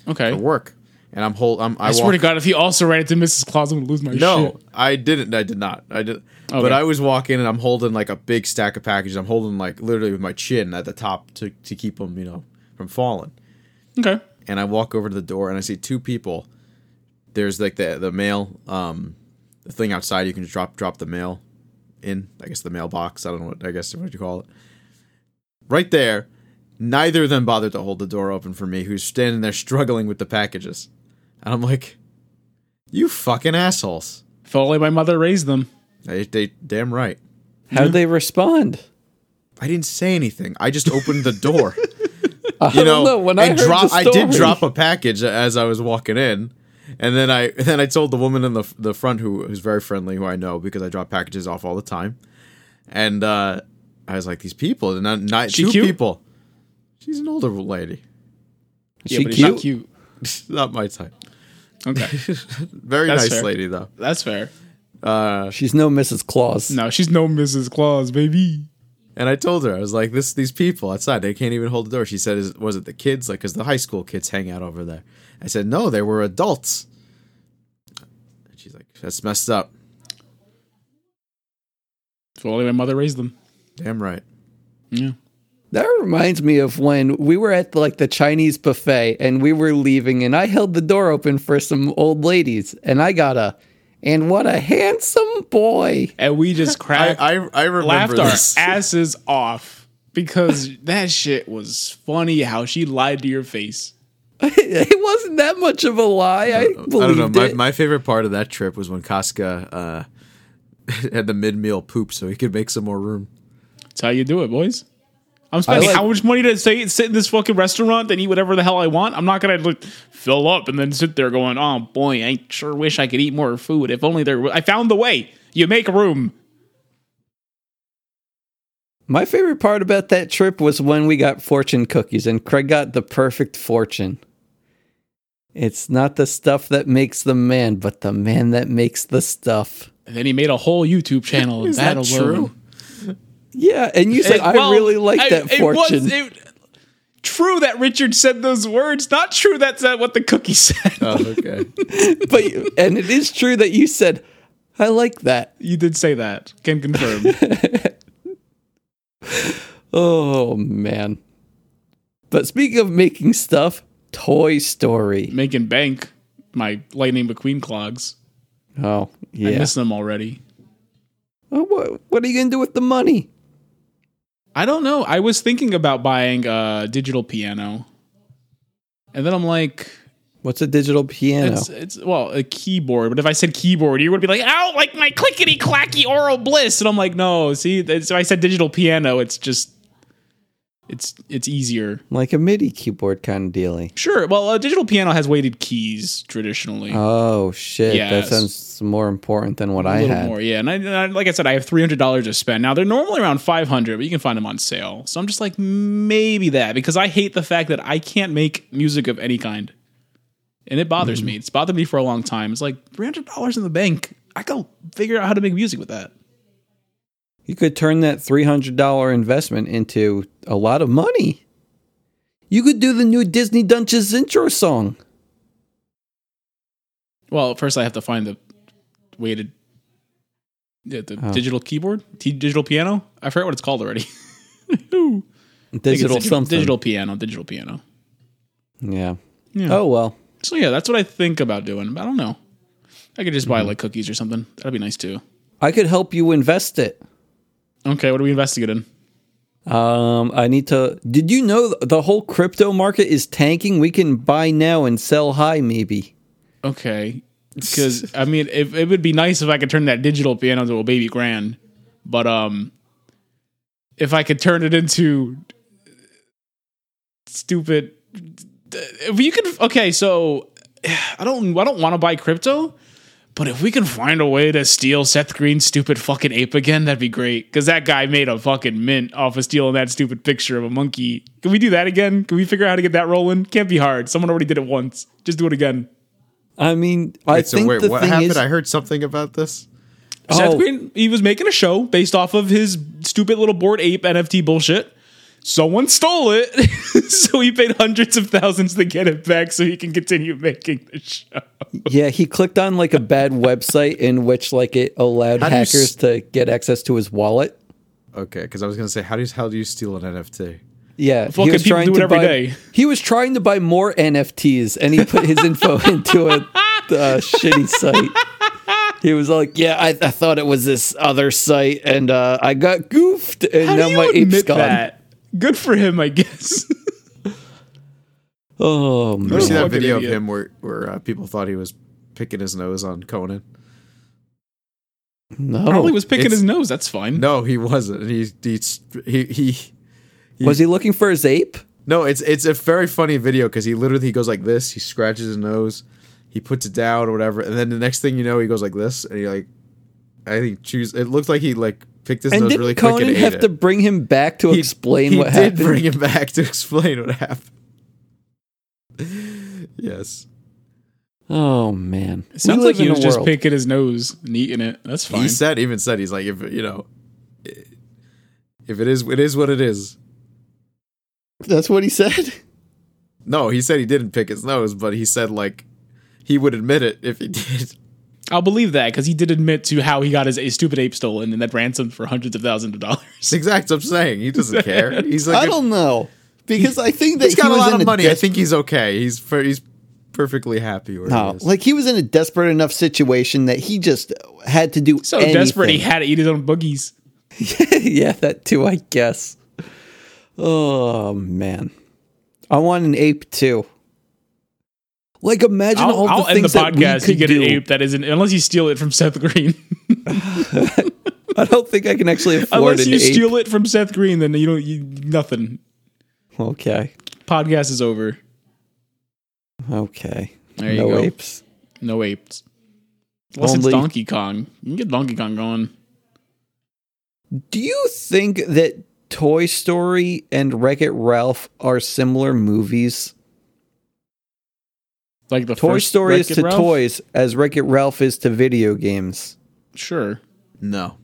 [SPEAKER 3] Okay.
[SPEAKER 2] at work, and I'm hold. I'm, I,
[SPEAKER 3] I
[SPEAKER 2] walk,
[SPEAKER 3] swear to God, if he also ran into Mrs. Claus, I'm gonna lose my
[SPEAKER 2] No,
[SPEAKER 3] shit.
[SPEAKER 2] I didn't. I did not. I did. But
[SPEAKER 3] Okay.
[SPEAKER 2] I was walking and I'm holding like a big stack of packages. I'm holding like literally with my chin at the top to to keep them, you know, from falling.
[SPEAKER 3] Okay.
[SPEAKER 2] and I walk over to the door and I see two people. There's like the the mail um the thing outside you can just drop drop the mail in. I guess the mailbox. I don't know what I guess what you call it. Right there. Neither of them bothered to hold the door open for me, who's standing there struggling with the packages. And I'm like, You fucking assholes.
[SPEAKER 3] If only my mother raised them.
[SPEAKER 2] They, they damn right.
[SPEAKER 1] How'd they respond?
[SPEAKER 2] I didn't say anything. I just opened
[SPEAKER 1] [LAUGHS]
[SPEAKER 2] the door. you
[SPEAKER 1] don't know, when I
[SPEAKER 2] and
[SPEAKER 1] heard
[SPEAKER 2] drop-
[SPEAKER 1] the
[SPEAKER 2] I did
[SPEAKER 1] story-
[SPEAKER 2] drop a package as I was walking in, and then I [LAUGHS] and then I told the woman in the the front who who's very friendly, who I know because I drop packages off all the time, and uh, I was like, these people, and not, not
[SPEAKER 3] She
[SPEAKER 2] two
[SPEAKER 3] cute?
[SPEAKER 2] people. She's an older lady,
[SPEAKER 1] Is
[SPEAKER 3] Yeah,
[SPEAKER 1] she
[SPEAKER 3] but he's
[SPEAKER 1] cute?
[SPEAKER 3] not cute.
[SPEAKER 2] not my type. [LAUGHS]
[SPEAKER 3] Okay.
[SPEAKER 2] Very
[SPEAKER 3] That's
[SPEAKER 2] nice
[SPEAKER 3] fair.
[SPEAKER 2] lady though.
[SPEAKER 3] That's fair.
[SPEAKER 1] She's no Mrs. Claus.
[SPEAKER 3] No, she's no Mrs. Claus, baby.
[SPEAKER 2] And I told her I was like, this these people outside, they can't even hold the door. She said, Is, was it the kids? Like, cause the high school kids hang out over there. I said, no, they were adults. And she's like, that's messed up.
[SPEAKER 3] If only my mother raised them.
[SPEAKER 2] Damn right.
[SPEAKER 3] Yeah.
[SPEAKER 1] That reminds me of when we were at like the Chinese buffet and we were leaving and I held the door open for some old ladies and I got a And what a handsome boy. [LAUGHS]
[SPEAKER 3] and
[SPEAKER 2] [LAUGHS]
[SPEAKER 3] we just cracked,
[SPEAKER 2] I, I, I remember
[SPEAKER 3] laughed our
[SPEAKER 2] this. [LAUGHS]
[SPEAKER 3] asses off because that shit was funny. How she lied to your face.
[SPEAKER 1] it wasn't that much of a lie. I, believed
[SPEAKER 2] I don't know. My,
[SPEAKER 1] it.
[SPEAKER 2] my favorite part of that trip was when Casca uh, [LAUGHS] had the mid meal poop so he could make some
[SPEAKER 1] [LAUGHS]
[SPEAKER 2] more room.
[SPEAKER 3] That's how you do it, boys. I'm spending
[SPEAKER 1] like-
[SPEAKER 3] how much money to say sit in this fucking restaurant and eat whatever the hell I want. I'm not gonna like, fill up and then sit there going, "Oh boy, I sure wish I could eat more food." If only there, wa- I found the way. You make room.
[SPEAKER 1] My favorite part about that trip was when we got fortune cookies and Craig got the perfect fortune. It's not the stuff that makes the man, but the man that makes the stuff.
[SPEAKER 3] And then he made a whole YouTube channel. Is that,
[SPEAKER 2] that
[SPEAKER 3] alone.
[SPEAKER 2] true?
[SPEAKER 1] Yeah, and you said
[SPEAKER 3] It-
[SPEAKER 1] I
[SPEAKER 3] well,
[SPEAKER 1] really like
[SPEAKER 3] I-
[SPEAKER 1] that
[SPEAKER 3] it was-
[SPEAKER 1] fortune.
[SPEAKER 3] it- true that Richard said those words. Not true that's not what the cookie [LAUGHS] said.
[SPEAKER 2] Oh, okay.
[SPEAKER 1] but and it is true that you said I like that.
[SPEAKER 3] you did say that. Can confirm.
[SPEAKER 1] [LAUGHS] Oh man. But speaking of making stuff, Toy Story.
[SPEAKER 3] Making bank. My Lightning McQueen clogs.
[SPEAKER 1] Oh,
[SPEAKER 3] I
[SPEAKER 1] yeah.
[SPEAKER 3] miss them already.
[SPEAKER 1] Oh, what, what are you going to do with the money?
[SPEAKER 3] I don't know. I was thinking about buying a digital piano. And then I'm like,
[SPEAKER 1] What's a digital piano?
[SPEAKER 3] it's, it's well, a keyboard. But if I said keyboard, you would be like, ow, like my clickety clacky oral bliss. And I'm like, no, see, th- so I said digital piano. It's just, it's, it's easier.
[SPEAKER 1] Like a MIDI keyboard kind of dealy.
[SPEAKER 3] Sure. Well, a digital piano has weighted keys traditionally.
[SPEAKER 1] Oh shit,
[SPEAKER 3] Yes.
[SPEAKER 1] that sounds more important than what
[SPEAKER 3] a
[SPEAKER 1] I
[SPEAKER 3] little
[SPEAKER 1] had.
[SPEAKER 3] more, yeah. And I, and I- like I said, I have three hundred dollars to spend. Now they're normally around five hundred, but you can find them on sale. So I'm just like, maybe that because I hate the fact that I can't make music of any kind, and it bothers
[SPEAKER 1] Hmm.
[SPEAKER 3] me. It's bothered me for a long time. It's like three hundred dollars in the bank. I go figure out how to make music with that.
[SPEAKER 1] You could turn that three hundred dollar investment into a lot of money. You could do the new Disney Dungeons intro song.
[SPEAKER 3] Well, first I have to find the weighted, yeah, the
[SPEAKER 1] Oh.
[SPEAKER 3] digital keyboard, t- digital piano. I forgot what it's called already. [LAUGHS] Ooh. I think it's
[SPEAKER 1] Digital something.
[SPEAKER 3] digital piano, digital piano.
[SPEAKER 1] Yeah.
[SPEAKER 3] Yeah.
[SPEAKER 1] Oh well.
[SPEAKER 3] So yeah, that's what I think about doing. but I don't know. I could just buy like cookies or something. That'd be nice too.
[SPEAKER 1] I could help you invest it.
[SPEAKER 3] Okay, what do we investigate in?
[SPEAKER 1] Um, I need to. Did you know the whole crypto market is tanking? We can buy now and sell high, maybe.
[SPEAKER 3] Okay, because I mean, if, it would be nice if I could turn that digital piano to a baby grand, but um, if I could turn it into stupid, if you could, okay, so [SIGHS] I don't, I don't want to buy crypto. But if we can find a way to steal Seth Green's stupid fucking ape again, that'd be great. Because that guy made a fucking mint off of stealing that stupid picture of a monkey. Can we do that again? Can we figure out how to get that rolling? Can't be hard. Someone already did it once. Just do it again.
[SPEAKER 1] I mean, I
[SPEAKER 2] Wait, so
[SPEAKER 1] think
[SPEAKER 2] wait,
[SPEAKER 1] the
[SPEAKER 2] what
[SPEAKER 1] thing
[SPEAKER 2] happened?
[SPEAKER 1] is,
[SPEAKER 2] I heard something about this.
[SPEAKER 3] Seth
[SPEAKER 1] Oh.
[SPEAKER 3] Green, he was making a show based off of his stupid little board ape NFT bullshit. Someone stole it, [LAUGHS] so he paid hundreds of thousands to get it back, so he can continue making the show.
[SPEAKER 1] yeah, he clicked on like a bad website in which like it allowed
[SPEAKER 2] How do you s-
[SPEAKER 1] hackers to get access to his wallet.
[SPEAKER 2] Okay, because I was gonna say, how do you, how do you steal an NFT?
[SPEAKER 1] Yeah,
[SPEAKER 3] Fucking people do it every
[SPEAKER 1] buy.
[SPEAKER 3] day.
[SPEAKER 1] He was trying to buy more NFTs, and he put his info into a uh, shitty site. He was like, "Yeah, I, I thought it was this other site, and uh, I got goofed, and
[SPEAKER 3] How
[SPEAKER 1] now
[SPEAKER 3] do you
[SPEAKER 1] my ape's
[SPEAKER 3] admit
[SPEAKER 1] gone."
[SPEAKER 3] that? Good for him, I guess. [LAUGHS]
[SPEAKER 1] Oh man.
[SPEAKER 2] You see that
[SPEAKER 3] fucking
[SPEAKER 2] video
[SPEAKER 3] idiot.
[SPEAKER 2] of him where where uh, people thought he was picking his nose on Conan?
[SPEAKER 1] No.
[SPEAKER 3] Probably was picking
[SPEAKER 2] it's-
[SPEAKER 3] his nose. That's fine.
[SPEAKER 2] No, he wasn't. He he he. he
[SPEAKER 1] was he looking for his ape?
[SPEAKER 2] no, it's it's a very funny video because he literally he goes like this. He scratches his nose, he puts it down or whatever, and then the next thing you know, he goes like this, and he like, I think choose. It looked like he like picked his
[SPEAKER 1] And
[SPEAKER 2] nose
[SPEAKER 1] didn't
[SPEAKER 2] really quick
[SPEAKER 1] Conan
[SPEAKER 2] and ate
[SPEAKER 1] have
[SPEAKER 2] it.
[SPEAKER 1] to bring him back to explain
[SPEAKER 2] he
[SPEAKER 1] what
[SPEAKER 2] did
[SPEAKER 1] happened?
[SPEAKER 2] bring him back to [LAUGHS] explain what happened. yes.
[SPEAKER 1] oh man,
[SPEAKER 3] It sounds like he was just picking his nose and eating it. That's fine.
[SPEAKER 2] He said even said he's like if you know if it is it is what it is.
[SPEAKER 1] That's what he said.
[SPEAKER 2] No, he said he didn't pick his nose, but he said like he would admit it if he [LAUGHS] did.
[SPEAKER 3] I'll believe that because he did admit to how he got his a stupid ape stolen and then ransomed for hundreds of thousands of dollars. [LAUGHS]
[SPEAKER 2] It's exact I'm saying. He doesn't care. He's like
[SPEAKER 1] I don't know because I think that
[SPEAKER 2] he's got
[SPEAKER 1] he
[SPEAKER 2] a
[SPEAKER 1] was
[SPEAKER 2] lot
[SPEAKER 1] in
[SPEAKER 2] of money. I
[SPEAKER 1] desperate-
[SPEAKER 2] think he's okay. He's fr- he's perfectly happy where
[SPEAKER 4] No,
[SPEAKER 2] he is.
[SPEAKER 4] like he was in a desperate enough situation that he just had to do
[SPEAKER 3] So
[SPEAKER 4] anything.
[SPEAKER 3] desperate he had to eat his own boogies.
[SPEAKER 1] [LAUGHS] yeah, that too, I guess.
[SPEAKER 4] Oh man, I want an ape too.
[SPEAKER 1] Like, imagine
[SPEAKER 3] I'll,
[SPEAKER 1] all the
[SPEAKER 3] I'll end the
[SPEAKER 1] things that we
[SPEAKER 3] podcast. You
[SPEAKER 1] could
[SPEAKER 3] get
[SPEAKER 1] do.
[SPEAKER 3] an ape that isn't unless you steal it from Seth Green. [LAUGHS]
[SPEAKER 1] I don't think I can actually afford
[SPEAKER 3] unless
[SPEAKER 1] an
[SPEAKER 3] you
[SPEAKER 1] ape.
[SPEAKER 3] steal it from Seth Green, then you don't. You, nothing.
[SPEAKER 1] okay,
[SPEAKER 3] Podcast is over.
[SPEAKER 1] okay.
[SPEAKER 3] There you
[SPEAKER 1] no
[SPEAKER 3] go.
[SPEAKER 1] apes.
[SPEAKER 3] No apes. Unless
[SPEAKER 1] Only-
[SPEAKER 3] it's Donkey Kong. You can get Donkey Kong going.
[SPEAKER 1] Do you think that
[SPEAKER 4] Toy Story and Wreck It Ralph are similar movies.
[SPEAKER 3] Like the
[SPEAKER 4] Toy
[SPEAKER 3] first
[SPEAKER 4] Story is
[SPEAKER 3] Wreck-It
[SPEAKER 4] to
[SPEAKER 3] Ralph?
[SPEAKER 4] toys as Wreck It Ralph is to video games.
[SPEAKER 3] Sure.
[SPEAKER 2] no.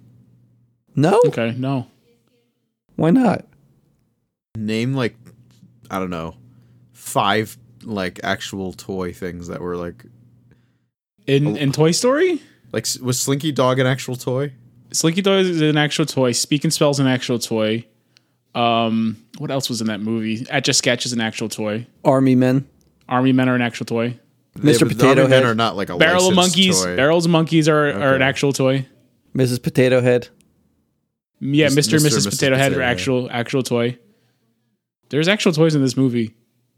[SPEAKER 4] No,
[SPEAKER 3] Okay. No.
[SPEAKER 4] why not?
[SPEAKER 2] Name like I don't know five like actual toy things that were like
[SPEAKER 1] Oh.
[SPEAKER 3] In in Toy Story,
[SPEAKER 2] like s- was Slinky Dog an actual toy?
[SPEAKER 3] Slinky Dog is an actual toy. Speak and Spell is an actual toy. Um, what else was in that movie? Etch a Sketch is an actual toy.
[SPEAKER 1] Army Men?
[SPEAKER 3] Army Men are an actual toy.
[SPEAKER 2] Mr.
[SPEAKER 1] Potato Head.
[SPEAKER 2] are not like a
[SPEAKER 3] Barrel of
[SPEAKER 2] licensed
[SPEAKER 3] Monkeys.
[SPEAKER 2] toy.
[SPEAKER 3] Barrels of Monkeys are, are an
[SPEAKER 2] Okay.
[SPEAKER 3] actual toy.
[SPEAKER 1] Mrs. Potato Head.
[SPEAKER 3] Yeah,
[SPEAKER 2] Mis-
[SPEAKER 3] Mr. and
[SPEAKER 2] Mr.
[SPEAKER 3] Mrs. Potato Head are
[SPEAKER 2] Potato Head.
[SPEAKER 3] actual actual toy. There's actual toys in this movie.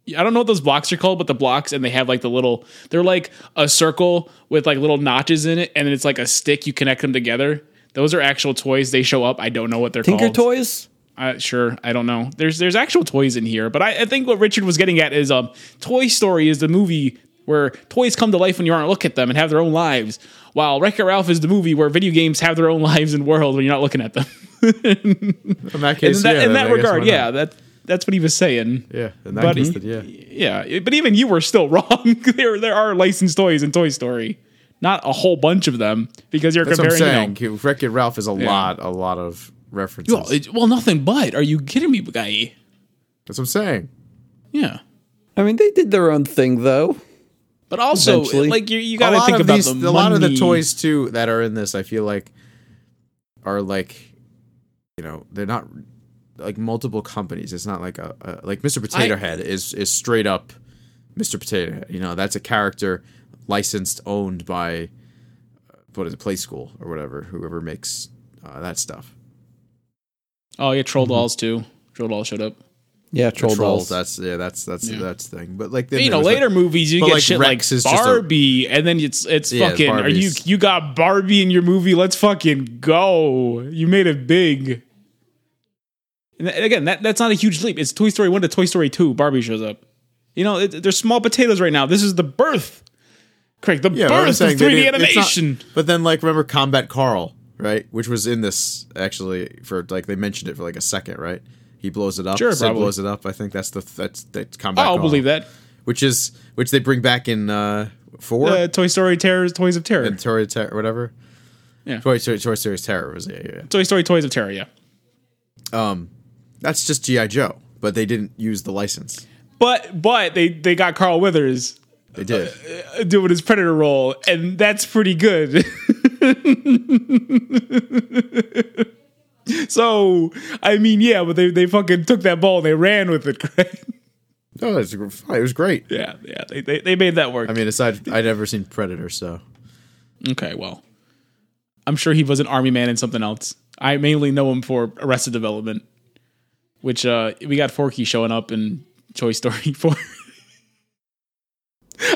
[SPEAKER 3] Yeah, I don't know what those blocks are called, but the blocks and they have like the little they're like a circle with like little notches in it, and it's like a stick you connect them together. Those are actual toys. They show up. I don't know what they're
[SPEAKER 1] Tinker
[SPEAKER 3] called.
[SPEAKER 1] Toys?
[SPEAKER 3] Uh, sure, I don't know. There's there's actual toys in here, but I, I think what Richard was getting at is um, Toy Story is the movie where toys come to life when you aren't looking at them and have their own lives, while Wreck-It Ralph is the movie where video games have their own [LAUGHS] lives and world when you're not looking at them.
[SPEAKER 2] In that case,
[SPEAKER 3] in that,
[SPEAKER 2] yeah, then
[SPEAKER 3] in
[SPEAKER 2] I
[SPEAKER 3] that
[SPEAKER 2] guess
[SPEAKER 3] regard,
[SPEAKER 2] why
[SPEAKER 3] yeah,
[SPEAKER 2] not?
[SPEAKER 3] that that's what he was saying.
[SPEAKER 2] yeah. In that
[SPEAKER 3] But-
[SPEAKER 2] case, then, yeah.
[SPEAKER 3] Yeah, it- but even you were still [LAUGHS] wrong. there there are licensed toys in Toy Story, not a whole bunch of them because you're
[SPEAKER 2] That's what I'm
[SPEAKER 3] comparing. you know,
[SPEAKER 2] saying. Wreck It Ralph is a lot, a lot of references.
[SPEAKER 3] well, it- well, nothing but. Are you kidding me, guy?
[SPEAKER 2] That's what I'm saying.
[SPEAKER 3] Yeah.
[SPEAKER 1] I mean, they did their own thing, though.
[SPEAKER 3] But also,
[SPEAKER 1] Eventually.
[SPEAKER 3] like you, you
[SPEAKER 2] a
[SPEAKER 3] gotta
[SPEAKER 2] lot
[SPEAKER 3] think
[SPEAKER 2] of
[SPEAKER 3] about
[SPEAKER 2] these,
[SPEAKER 3] the
[SPEAKER 2] a lot of the
[SPEAKER 3] money.
[SPEAKER 2] toys too that are in this. I feel like are like, you know, they're not like multiple companies. It's not like a, a like Mr. Potato
[SPEAKER 3] I-
[SPEAKER 2] Head is is straight up Mr. Potato Head. You know, that's a character licensed, owned by uh, what is it, Play School or whatever, whoever makes uh, that stuff.
[SPEAKER 3] Oh yeah, troll dolls too. Troll dolls showed up.
[SPEAKER 1] Yeah, Troll, Dolls.
[SPEAKER 2] Trolls. That's yeah. That's that's
[SPEAKER 3] Yeah.
[SPEAKER 2] that's the thing. But like then
[SPEAKER 3] But, you
[SPEAKER 2] there
[SPEAKER 3] know,
[SPEAKER 2] was
[SPEAKER 3] later
[SPEAKER 2] that-
[SPEAKER 3] movies you
[SPEAKER 2] but,
[SPEAKER 3] get
[SPEAKER 2] like,
[SPEAKER 3] shit
[SPEAKER 2] Rex
[SPEAKER 3] like
[SPEAKER 2] is just a-
[SPEAKER 3] Barbie, and then it's it's
[SPEAKER 2] Yeah,
[SPEAKER 3] fucking. Are you
[SPEAKER 2] Barbie's-
[SPEAKER 3] you got Barbie in your movie? Let's fucking go. You made it big. And tha- again, that that's not a huge leap. It's Toy Story one to Toy Story two. Barbie shows up. You know, it, they're small potatoes right now. This is the birth, Craig. The
[SPEAKER 2] Yeah, but I'm
[SPEAKER 3] birth of
[SPEAKER 2] saying they
[SPEAKER 3] three D
[SPEAKER 2] didn't- it's not-
[SPEAKER 3] animation.
[SPEAKER 2] but then, like, remember Combat Carl, right? Which was in this actually for like they mentioned it for like a second, right? He blows it up.
[SPEAKER 3] Sure,
[SPEAKER 2] Sid
[SPEAKER 3] probably.
[SPEAKER 2] blows it up. I think that's the that's that's Combat.
[SPEAKER 3] I'll
[SPEAKER 2] Carl,
[SPEAKER 3] believe that.
[SPEAKER 2] Which is which they bring back in uh four
[SPEAKER 3] Uh, Toy Story Terror, Toys of Terror.
[SPEAKER 2] and Toy Terror, whatever.
[SPEAKER 3] Yeah.
[SPEAKER 2] Toy Toy Toy Story Terror was yeah, yeah.
[SPEAKER 3] Toy Story Toys of Terror. Yeah.
[SPEAKER 2] yeah. Um, that's just GI Joe, but they didn't use the license.
[SPEAKER 3] But but they they got Carl Weathers
[SPEAKER 2] They did.
[SPEAKER 3] uh, doing his predator role, and that's pretty good. [LAUGHS] so I mean, yeah, but they they fucking took that ball and they ran with it. [LAUGHS] Craig.
[SPEAKER 2] No, it's Oh, fine. It was great.
[SPEAKER 3] yeah, yeah, they, they they made that work.
[SPEAKER 2] I mean, aside, I'd never seen Predator, so
[SPEAKER 3] okay, well, I'm sure he was an army man and something else. I mainly know him for Arrested Development, which uh we got Forky showing up in Toy Story [LAUGHS] Four.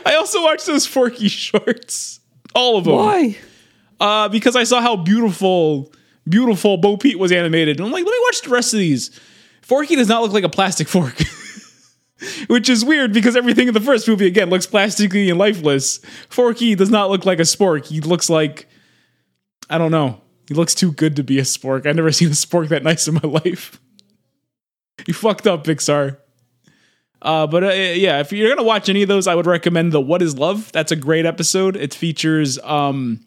[SPEAKER 3] I also watched those Forky shorts, all of them.
[SPEAKER 1] Why?
[SPEAKER 3] uh, because I saw how beautiful, beautiful Bo Peep was animated. And I'm like, let me watch the rest of these. Forky does not look like a plastic [LAUGHS] fork, which is weird because everything in the first movie again looks plasticky and lifeless. Forky does not look like a spork. He looks like, I don't know. He looks too good to be a spork. I've never [LAUGHS] seen a spork that nice in my life. [LAUGHS] You fucked up, Pixar. Uh, but uh, yeah, if you're gonna watch any of those, I would recommend the "What Is Love." That's a great episode. It features um,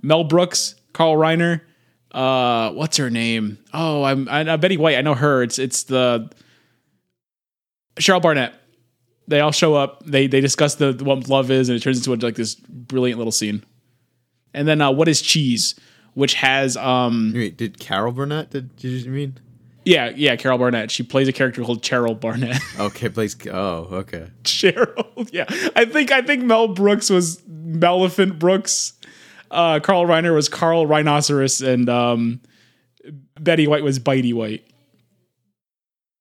[SPEAKER 3] Mel Brooks, Carl Reiner, uh, what's her name? Oh, I'm I, I Betty White. I know her. It's it's the Cheryl Barnett. They all show up. They they discuss the what love is, and it turns into like this brilliant little scene. And then uh, what is cheese, which has um
[SPEAKER 2] Wait, did Carol Burnett? Did, did you mean?
[SPEAKER 3] Yeah, yeah, Carol Barnett. She plays a character called Cheryl Barnett. [LAUGHS]
[SPEAKER 2] Okay, please. Oh, okay.
[SPEAKER 3] Cheryl. Yeah, I think I think Mel Brooks was Melephant Brooks. Uh, Carl Reiner was Carl Rhinoceros, and um, Betty White was Bitey White.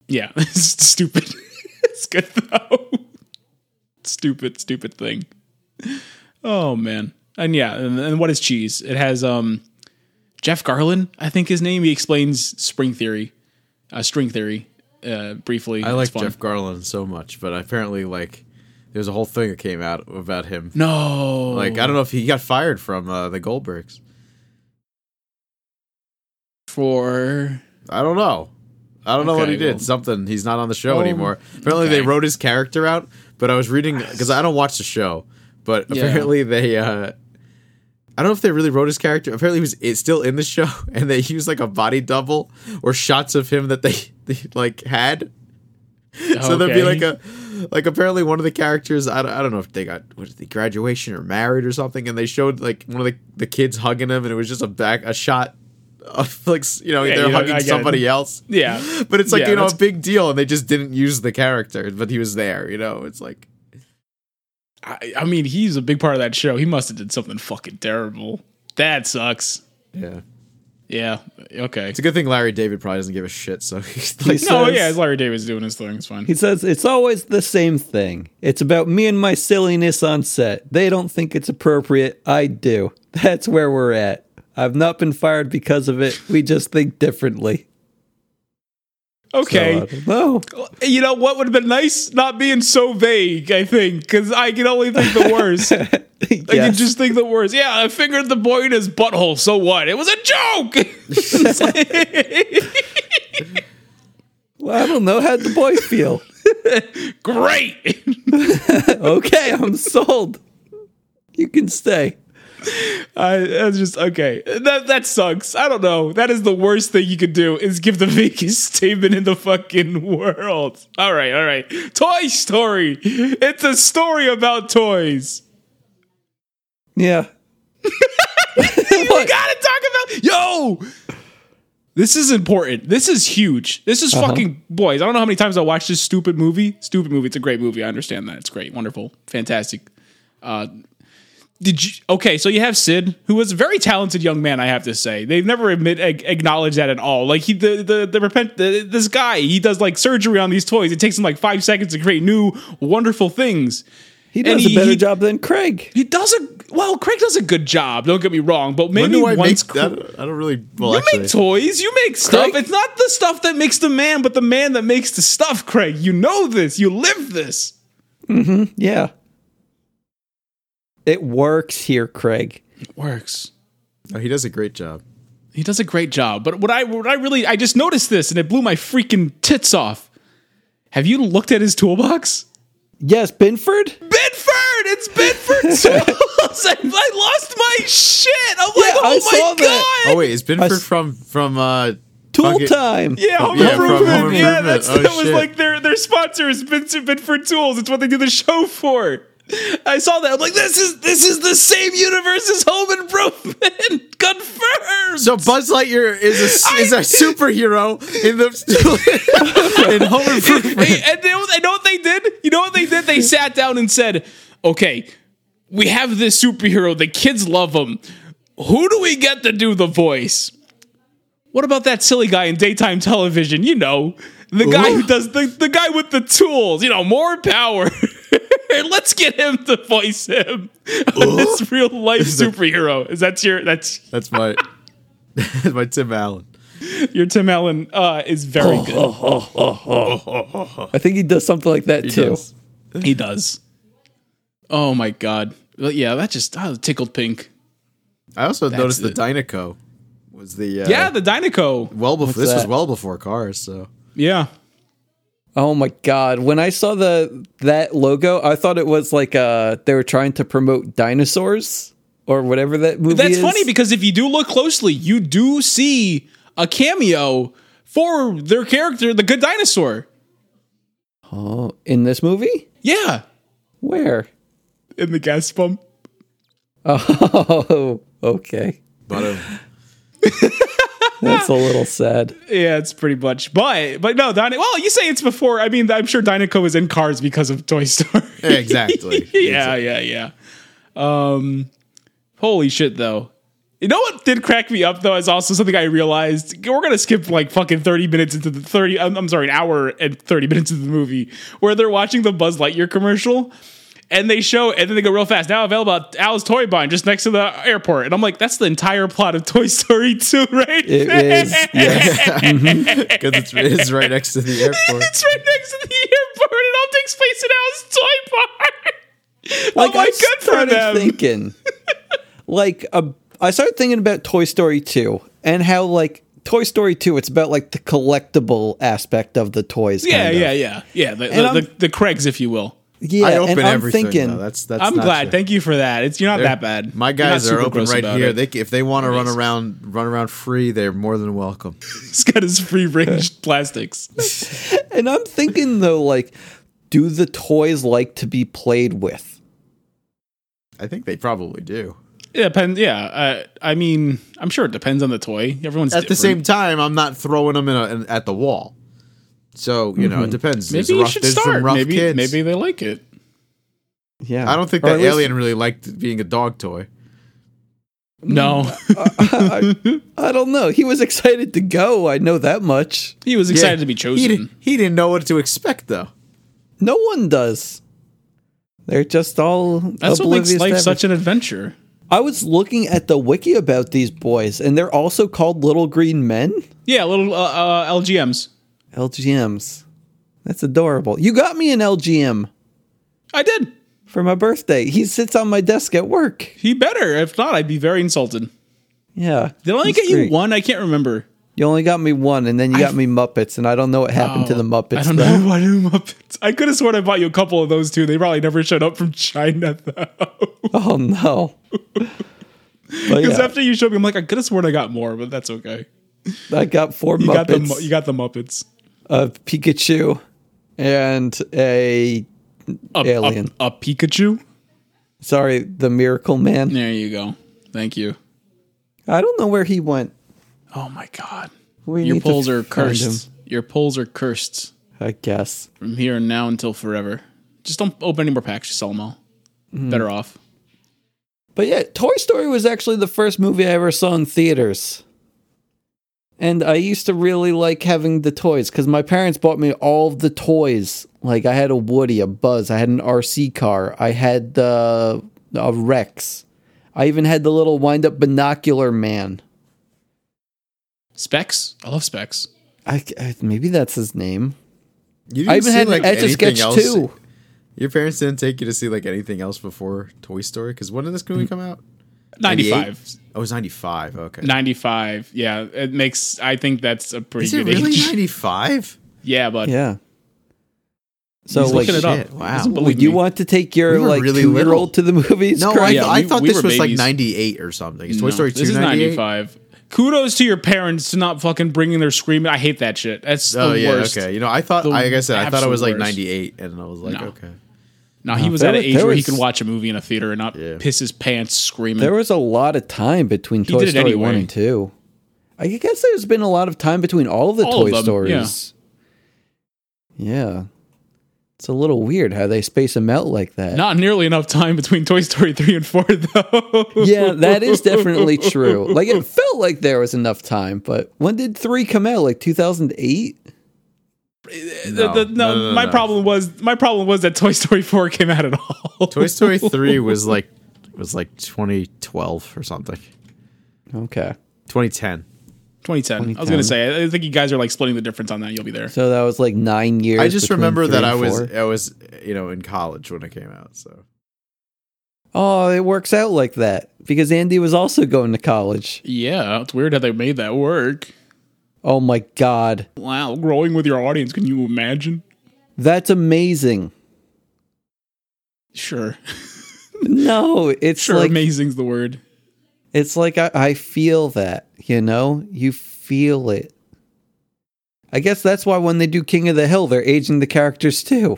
[SPEAKER 3] Yeah, [LAUGHS] it's stupid. it's good though. stupid, stupid thing. Oh man, and yeah, and, and what is cheese? It has um, Jeff Garland, I think his name. He explains spring theory, uh, string theory, uh, briefly.
[SPEAKER 2] I
[SPEAKER 3] It's
[SPEAKER 2] like
[SPEAKER 3] fun.
[SPEAKER 2] Jeff Garland so much, but apparently, like, there's a whole thing that came out about him.
[SPEAKER 3] No,
[SPEAKER 2] Like, I don't know if he got fired from uh, the Goldbergs.
[SPEAKER 3] for
[SPEAKER 2] I don't know. I don't know what
[SPEAKER 3] Okay,
[SPEAKER 2] he did.
[SPEAKER 3] well- Oh,
[SPEAKER 2] Something. He's not on the show anymore. Apparently, they wrote his character out, but I was reading because I don't watch the show. But apparently, they. uh I don't know if they really wrote his character. Apparently, he was it's still in the show, [LAUGHS] and they used like a body double or shots of him that they, [LAUGHS] they like had. [LAUGHS] So there'd be
[SPEAKER 3] Okay.
[SPEAKER 2] like a like apparently one of the characters I don't, I don't know if they got what is the graduation or married or something, and they showed like one of the, the kids hugging him, and it was just a back a shot of [LAUGHS] like s- you know
[SPEAKER 3] Yeah,
[SPEAKER 2] they're
[SPEAKER 3] you know, I
[SPEAKER 2] hugging
[SPEAKER 3] get it.
[SPEAKER 2] somebody else.
[SPEAKER 3] Yeah.
[SPEAKER 2] [LAUGHS] But it's like,
[SPEAKER 3] Yeah,
[SPEAKER 2] you know, a
[SPEAKER 3] that's-
[SPEAKER 2] big deal, and they just didn't use the character, but he was there, you know? It's like,
[SPEAKER 3] I, I mean, he's a big part of that show. He must have did something fucking terrible. That sucks.
[SPEAKER 2] yeah.
[SPEAKER 3] Yeah. Okay.
[SPEAKER 2] It's a good thing Larry David probably doesn't give a shit, so [LAUGHS] he's
[SPEAKER 1] He
[SPEAKER 2] like,
[SPEAKER 3] No,
[SPEAKER 1] says-
[SPEAKER 3] yeah, it's Larry Davis doing his thing. It's fine.
[SPEAKER 1] He says it's always the same thing. It's about me and my silliness on set. They don't think it's appropriate. I do. [LAUGHS] That's where we're at. I've not been fired because of it. We just think differently.
[SPEAKER 3] Okay.
[SPEAKER 1] No.
[SPEAKER 3] you know what would have been nice? Not being so vague, I think, because I can only think
[SPEAKER 2] [LAUGHS]
[SPEAKER 3] the worst. I can just think the worst. Yeah, I fingered the boy in his butthole. So what? It was a joke. [LAUGHS] It's like,
[SPEAKER 1] Well, I don't know how the boy feel.
[SPEAKER 3] Great.
[SPEAKER 1] Okay, I'm sold. You can stay.
[SPEAKER 3] I that's just okay. That that sucks. I don't know. That is the worst thing you could do is give the [LAUGHS] biggest statement in the fucking world. All right, all right. Toy Story. It's a story about toys.
[SPEAKER 1] Yeah.
[SPEAKER 3] We gotta talk about yo. This is important. This is huge. This
[SPEAKER 2] Uh-huh.
[SPEAKER 3] is fucking boys. I don't know how many times I watched this stupid movie. Stupid movie. It's a great movie. I understand that. It's great. Wonderful. Fantastic. Uh, did you? Okay, so you have Sid, who was a very talented young man. I have to say, they've never admit ag- acknowledged that at all. Like he, the the the repent the, this guy, he does like surgery on these toys. It takes him like five seconds to create new wonderful things.
[SPEAKER 1] [LAUGHS] He
[SPEAKER 3] And
[SPEAKER 1] does
[SPEAKER 3] he-
[SPEAKER 1] a better
[SPEAKER 3] he-
[SPEAKER 1] job than Craig.
[SPEAKER 3] He does a well. Craig does a good job. Don't get me wrong, but
[SPEAKER 2] when
[SPEAKER 3] maybe
[SPEAKER 2] do I make
[SPEAKER 3] once
[SPEAKER 2] that? I don't really, well,
[SPEAKER 3] you
[SPEAKER 2] actually.
[SPEAKER 3] make toys. You make stuff.
[SPEAKER 1] Craig-
[SPEAKER 3] It's not the stuff that makes the man, but the man that makes the stuff, Craig. You know this. You live this.
[SPEAKER 1] Yeah. It works here, Craig.
[SPEAKER 3] It works.
[SPEAKER 2] no, oh, he does a great job.
[SPEAKER 3] He does a great job. But what I what I really I just noticed this and it blew my freaking tits off. Have you looked at his toolbox?
[SPEAKER 1] Yes, Binford?
[SPEAKER 3] Bedford! It's [LAUGHS] Bedford tools! I, [LAUGHS] I lost my shit! I'm like,
[SPEAKER 1] Yeah, I
[SPEAKER 3] oh my
[SPEAKER 1] saw
[SPEAKER 3] god!
[SPEAKER 1] that.
[SPEAKER 2] Oh, wait, it's Binford
[SPEAKER 1] s-
[SPEAKER 2] from, from, uh,
[SPEAKER 1] Tool
[SPEAKER 2] fucking-
[SPEAKER 1] time.
[SPEAKER 3] Yeah, Home
[SPEAKER 2] Yeah, from
[SPEAKER 3] Improvement.
[SPEAKER 2] Home
[SPEAKER 3] yeah,
[SPEAKER 2] Improvement.
[SPEAKER 3] that's,
[SPEAKER 2] Oh,
[SPEAKER 3] that was
[SPEAKER 2] shit.
[SPEAKER 3] like their their sponsor is Benford, Benford Tools. It's what they do the show for. I saw that. I'm like, this is this is the same universe as Home Improvement. [LAUGHS] Confirmed.
[SPEAKER 2] So Buzz Lightyear is a, s-
[SPEAKER 3] [LAUGHS]
[SPEAKER 2] is a superhero in the in Home Improvement.
[SPEAKER 3] Hey, and they, you know what they did? You know what they did? They sat down and said, "Okay, we have this superhero. The kids love him. Who do we get to do the voice? What about that silly guy in daytime television? You know, the guy who does the the guy with the tools. You know, more power." [LAUGHS] Let's get him to voice him. [LAUGHS] this real life superhero. Is that your that's
[SPEAKER 2] That's my [LAUGHS] that's my Tim Allen.
[SPEAKER 3] your Tim Allen uh is very good.
[SPEAKER 1] I think he does something like that too.
[SPEAKER 2] does.
[SPEAKER 3] He does. Oh my god. Well, Yeah, that just ah, tickled pink.
[SPEAKER 2] I also noticed the
[SPEAKER 3] it.
[SPEAKER 2] Dynaco was the uh,
[SPEAKER 3] Yeah, the Dynaco.
[SPEAKER 2] well before this was
[SPEAKER 1] that?
[SPEAKER 2] well before cars. So
[SPEAKER 3] Yeah.
[SPEAKER 1] Oh my god! When I saw the that logo, I thought it was like uh they were trying to promote dinosaurs or whatever that movie.
[SPEAKER 3] That's
[SPEAKER 1] is.
[SPEAKER 3] funny because if you do look closely, you do see a cameo for their character, the good dinosaur.
[SPEAKER 1] Oh, in this movie,
[SPEAKER 3] Yeah.
[SPEAKER 1] where? [LAUGHS]
[SPEAKER 3] In the gas pump.
[SPEAKER 1] Oh, okay.
[SPEAKER 3] [LAUGHS]
[SPEAKER 2] but um,
[SPEAKER 1] That's a little sad.
[SPEAKER 3] Yeah, it's pretty much. But but no, Dino. Well, you say it's before. I mean, I'm sure Dinoco was in cars because of Toy Story.
[SPEAKER 2] eh, Exactly.
[SPEAKER 3] [LAUGHS]
[SPEAKER 1] [LAUGHS]
[SPEAKER 3] yeah, yeah, yeah. Um, holy shit, though. You know what did crack me up though is also something I realized. We're gonna skip like fucking thirty minutes into the thirty. I'm, I'm sorry, an hour and thirty minutes into the movie where they're watching the Buzz Lightyear commercial, and they show and then they go real fast. Now available at Al's Toy Barn just next to the airport, and I'm like, that's the entire plot of Toy Story Two, [LAUGHS] right?
[SPEAKER 1] It is.
[SPEAKER 3] [LAUGHS]
[SPEAKER 1] Yes.
[SPEAKER 2] Because it's, it's right next to the airport.
[SPEAKER 3] It's right next to the airport. It all takes place in Al's Toy Barn.
[SPEAKER 1] Like
[SPEAKER 3] oh my
[SPEAKER 1] I
[SPEAKER 3] god,
[SPEAKER 1] started
[SPEAKER 3] for them. [LAUGHS]
[SPEAKER 1] thinking, like uh, I started thinking about Toy Story two and how like Toy Story two, it's about like the collectible aspect of the toys.
[SPEAKER 3] yeah,
[SPEAKER 1] kinda.
[SPEAKER 3] yeah, yeah, yeah. The,
[SPEAKER 1] And
[SPEAKER 3] the,
[SPEAKER 1] I'm-
[SPEAKER 3] the, the Craigs, if you will.
[SPEAKER 1] [LAUGHS] yeah.
[SPEAKER 2] I open
[SPEAKER 1] and I'm
[SPEAKER 2] everything.
[SPEAKER 1] thinking,
[SPEAKER 2] though. That's that's.
[SPEAKER 3] I'm
[SPEAKER 2] not
[SPEAKER 3] glad.
[SPEAKER 2] true.
[SPEAKER 3] Thank you for that. It's you're not that bad.
[SPEAKER 2] My
[SPEAKER 3] You're not
[SPEAKER 2] guys are
[SPEAKER 3] super
[SPEAKER 2] open
[SPEAKER 3] gross
[SPEAKER 2] right
[SPEAKER 3] about
[SPEAKER 2] here.
[SPEAKER 3] it.
[SPEAKER 2] They c- if they want to run
[SPEAKER 3] Amazing.
[SPEAKER 2] around, run around free. They're more than welcome.
[SPEAKER 3] He's got his free range [LAUGHS] plastics.
[SPEAKER 2] [LAUGHS]
[SPEAKER 1] and I'm thinking though, like, do the toys like to be played with?
[SPEAKER 2] I think they probably do.
[SPEAKER 3] It depends. Yeah, uh, I mean, I'm sure it depends on the toy. Everyone's
[SPEAKER 2] At the same time, I'm not throwing them in, a, in at the wall. So you know, it depends. There's
[SPEAKER 3] Mm-hmm. Maybe you
[SPEAKER 2] rough-
[SPEAKER 3] should
[SPEAKER 2] there's some
[SPEAKER 3] start.
[SPEAKER 2] rough
[SPEAKER 3] Maybe
[SPEAKER 2] kids.
[SPEAKER 3] maybe they like it.
[SPEAKER 1] Yeah,
[SPEAKER 2] I don't think
[SPEAKER 1] Or
[SPEAKER 2] that
[SPEAKER 1] at least-
[SPEAKER 2] alien really liked being a dog toy. Mm.
[SPEAKER 3] No, [LAUGHS]
[SPEAKER 1] I don't know. He was [LAUGHS] excited to go. I know that much.
[SPEAKER 3] he was excited
[SPEAKER 2] Yeah.
[SPEAKER 3] to be
[SPEAKER 2] He
[SPEAKER 3] chosen.
[SPEAKER 2] didn't, he didn't know what to expect though.
[SPEAKER 1] No one does. They're just all.
[SPEAKER 3] That's what makes
[SPEAKER 1] oblivious to
[SPEAKER 3] life
[SPEAKER 1] everything.
[SPEAKER 3] such an adventure.
[SPEAKER 1] I was looking at the wiki about these boys, and they're also called Little Green Men.
[SPEAKER 3] Yeah, little uh, uh, LGMs.
[SPEAKER 1] LGMs. That's adorable. You got me an LGM
[SPEAKER 3] I did.
[SPEAKER 1] for my birthday. He sits on my desk at work.
[SPEAKER 3] He better. If not, I'd be very insulted.
[SPEAKER 1] Yeah.
[SPEAKER 3] Did I only
[SPEAKER 1] he's
[SPEAKER 3] get you
[SPEAKER 1] great.
[SPEAKER 3] one? I can't remember.
[SPEAKER 1] You only got me one, and then you got me Muppets, and I don't know what happened to the Muppets.
[SPEAKER 3] Oh, I don't
[SPEAKER 1] though.
[SPEAKER 3] know. I do Muppets. I could have sworn I bought you a couple of those too. They probably never showed up from China [LAUGHS] though.
[SPEAKER 1] [LAUGHS] Oh
[SPEAKER 3] [LAUGHS]
[SPEAKER 1] no. But
[SPEAKER 3] Because
[SPEAKER 1] yeah,
[SPEAKER 3] after you showed me, I'm like, I could have sworn I got more, but that's okay.
[SPEAKER 1] I got four
[SPEAKER 3] You got the
[SPEAKER 1] Muppets,
[SPEAKER 3] Mu- you got the Muppets.
[SPEAKER 1] a Pikachu, and a
[SPEAKER 3] A,
[SPEAKER 1] Alien.
[SPEAKER 3] A, a Pikachu.
[SPEAKER 1] sorry, the Miracle Man.
[SPEAKER 3] There you go. Thank you.
[SPEAKER 1] I don't know where he went.
[SPEAKER 3] Oh my god.
[SPEAKER 1] We
[SPEAKER 3] Your
[SPEAKER 1] need to
[SPEAKER 3] polls are
[SPEAKER 1] find
[SPEAKER 3] cursed. Your polls are cursed
[SPEAKER 1] him, I guess.
[SPEAKER 3] from here and now until forever. Just don't open any more packs. Just sell them all.
[SPEAKER 1] Mm-hmm.
[SPEAKER 3] Better off.
[SPEAKER 1] But yeah, Toy Story was actually the first movie I ever saw in theaters. And I used to really like having the toys because my parents bought me all of the toys. Like I had a Woody, a Buzz, I had an RC car, I had uh, a Rex. I even had the little wind up binocular man.
[SPEAKER 3] Specs. I love specs.
[SPEAKER 1] I, I- maybe that's his name.
[SPEAKER 2] You didn't
[SPEAKER 1] I even
[SPEAKER 2] see,
[SPEAKER 1] had
[SPEAKER 2] like
[SPEAKER 1] an Etch a
[SPEAKER 2] anything
[SPEAKER 1] Sketch
[SPEAKER 2] else.
[SPEAKER 1] too.
[SPEAKER 2] Your parents didn't take you to see like anything else before Toy Story because when did this
[SPEAKER 3] Mm.
[SPEAKER 2] movie come out?
[SPEAKER 3] 95.
[SPEAKER 2] 98? Oh, it was ninety five. Okay.
[SPEAKER 3] 95. Yeah, it makes. I think that's a pretty
[SPEAKER 2] Is it
[SPEAKER 3] good
[SPEAKER 2] really
[SPEAKER 3] [LAUGHS] age.
[SPEAKER 2] ninety five?
[SPEAKER 3] Yeah, but
[SPEAKER 1] Yeah. So
[SPEAKER 3] He's
[SPEAKER 1] like,
[SPEAKER 3] looking it up.
[SPEAKER 2] shit, wow.
[SPEAKER 3] He doesn't believe
[SPEAKER 1] would you
[SPEAKER 3] me.
[SPEAKER 1] want to take your
[SPEAKER 2] We were
[SPEAKER 1] like
[SPEAKER 2] really
[SPEAKER 1] two year
[SPEAKER 2] little.
[SPEAKER 1] old to the movies?
[SPEAKER 2] No,
[SPEAKER 1] Craig?
[SPEAKER 2] I,
[SPEAKER 3] Yeah,
[SPEAKER 2] I
[SPEAKER 3] we-
[SPEAKER 2] thought
[SPEAKER 3] we
[SPEAKER 2] this
[SPEAKER 3] were
[SPEAKER 2] was like
[SPEAKER 3] babies.
[SPEAKER 2] 98 or something. Is Toy
[SPEAKER 3] No,
[SPEAKER 2] Story 2
[SPEAKER 3] This is
[SPEAKER 2] 98?
[SPEAKER 3] 95. Kudos to your parents to not fucking bringing their screaming. I hate that shit. That's
[SPEAKER 2] Oh,
[SPEAKER 3] the
[SPEAKER 2] yeah,
[SPEAKER 3] worst.
[SPEAKER 2] okay. You know, I thought,
[SPEAKER 3] The
[SPEAKER 2] like I said, I thought it was like
[SPEAKER 3] absolute worst.
[SPEAKER 2] 98, and I was like,
[SPEAKER 3] No. Uh,
[SPEAKER 2] okay.
[SPEAKER 3] Now he was
[SPEAKER 1] there
[SPEAKER 3] at an
[SPEAKER 1] was-
[SPEAKER 3] age
[SPEAKER 1] there
[SPEAKER 3] where he
[SPEAKER 1] was-
[SPEAKER 3] could watch a movie in a theater and not
[SPEAKER 2] Yeah.
[SPEAKER 3] piss his pants screaming.
[SPEAKER 1] There was a lot of time between Toy
[SPEAKER 3] Mm. did it
[SPEAKER 1] Story
[SPEAKER 3] anyway.
[SPEAKER 1] 1 and 2. I guess there's been a lot of time between all of the
[SPEAKER 3] All of
[SPEAKER 1] Toy
[SPEAKER 3] them,
[SPEAKER 1] Stories. Yeah. It's a little weird how they space them out like that.
[SPEAKER 3] not nearly enough time between Toy Story three and four, though.
[SPEAKER 1] yeah, that is definitely true. Like it felt like there was enough time, but when did 3 come out? Like 2008?
[SPEAKER 3] The- the-
[SPEAKER 2] no,
[SPEAKER 3] no,
[SPEAKER 2] no,
[SPEAKER 3] my
[SPEAKER 2] no.
[SPEAKER 3] problem was my problem was that Toy Story four came out at
[SPEAKER 2] [LAUGHS]
[SPEAKER 3] all. [LAUGHS]
[SPEAKER 2] Toy Story 3 was like was like 2012 or something.
[SPEAKER 1] Okay.
[SPEAKER 2] 2010.
[SPEAKER 3] 2010. I was gonna say. I think you guys are like splitting the difference on that. You'll be there.
[SPEAKER 1] So that was like 9 years.
[SPEAKER 2] I just
[SPEAKER 1] between
[SPEAKER 2] remember
[SPEAKER 1] three
[SPEAKER 2] that
[SPEAKER 1] and
[SPEAKER 2] I was
[SPEAKER 1] four.
[SPEAKER 2] I was you know in college when it came out. So
[SPEAKER 1] Oh, it works out like that because Andy was also going to college.
[SPEAKER 3] Yeah, it's weird how they made that work.
[SPEAKER 1] Oh my god.
[SPEAKER 3] Wow, growing with your audience. Can you imagine?
[SPEAKER 1] That's amazing.
[SPEAKER 3] Sure,
[SPEAKER 1] No, it's
[SPEAKER 3] sure.
[SPEAKER 1] like
[SPEAKER 3] amazing's the word.
[SPEAKER 1] It's like I, I feel that, you know? You feel it. I guess that's why when they do King of the Hill, they're aging the characters too.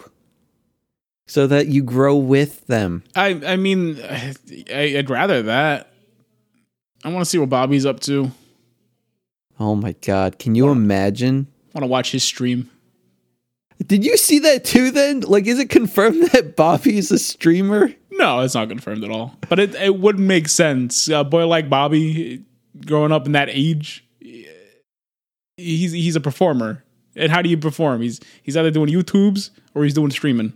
[SPEAKER 1] So that you grow with them.
[SPEAKER 3] I I mean, I, I'd rather that. I want to see what Bobby's up to.
[SPEAKER 1] Oh my god, can you imagine?
[SPEAKER 3] want to watch his stream.
[SPEAKER 1] Did you see that too then? Like is it confirmed [LAUGHS] that Bobby's a streamer?
[SPEAKER 3] No, it's not confirmed at all. But it, it would make sense. A boy like Bobby, growing up in that age, he's he's a performer. And how do you perform? He's he's either doing YouTubes or he's doing streaming.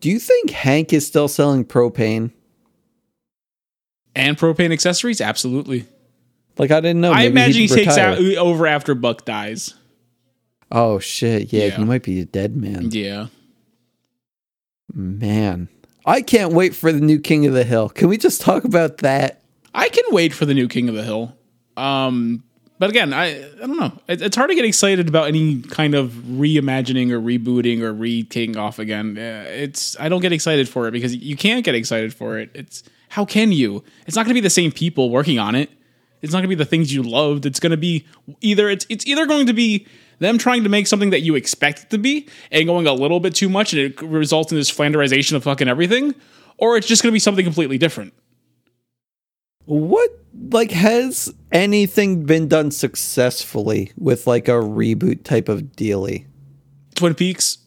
[SPEAKER 1] Do you think Hank is still selling propane?
[SPEAKER 3] And propane accessories, absolutely.
[SPEAKER 1] Like I didn't know. Maybe
[SPEAKER 3] I imagine Oh, he
[SPEAKER 1] he'd
[SPEAKER 3] takes
[SPEAKER 1] retire.
[SPEAKER 3] out over after Buck dies.
[SPEAKER 1] Oh shit! Yeah,
[SPEAKER 3] Yeah.
[SPEAKER 1] he might be a dead man.
[SPEAKER 3] Yeah,
[SPEAKER 1] Man, I can't wait for the new King of the Hill. Can we just talk about that?
[SPEAKER 3] I can wait for the new King of the Hill. Um, but again, I I don't know. It, it's hard to get excited about any kind of reimagining or rebooting or re-taking off again. Uh, It's I don't get excited for it because you can't get excited for it. It's how can you? It's not going to be the same people working on it. It's not going to be the things you loved. It's going to be either it's it's either going to be them trying to make something that you expect it to be and going a little bit too much and it results in this flanderization of fucking everything, or it's just going to be something completely different.
[SPEAKER 1] What like has anything been done successfully with like a reboot type of dealy?
[SPEAKER 3] Twin Peaks,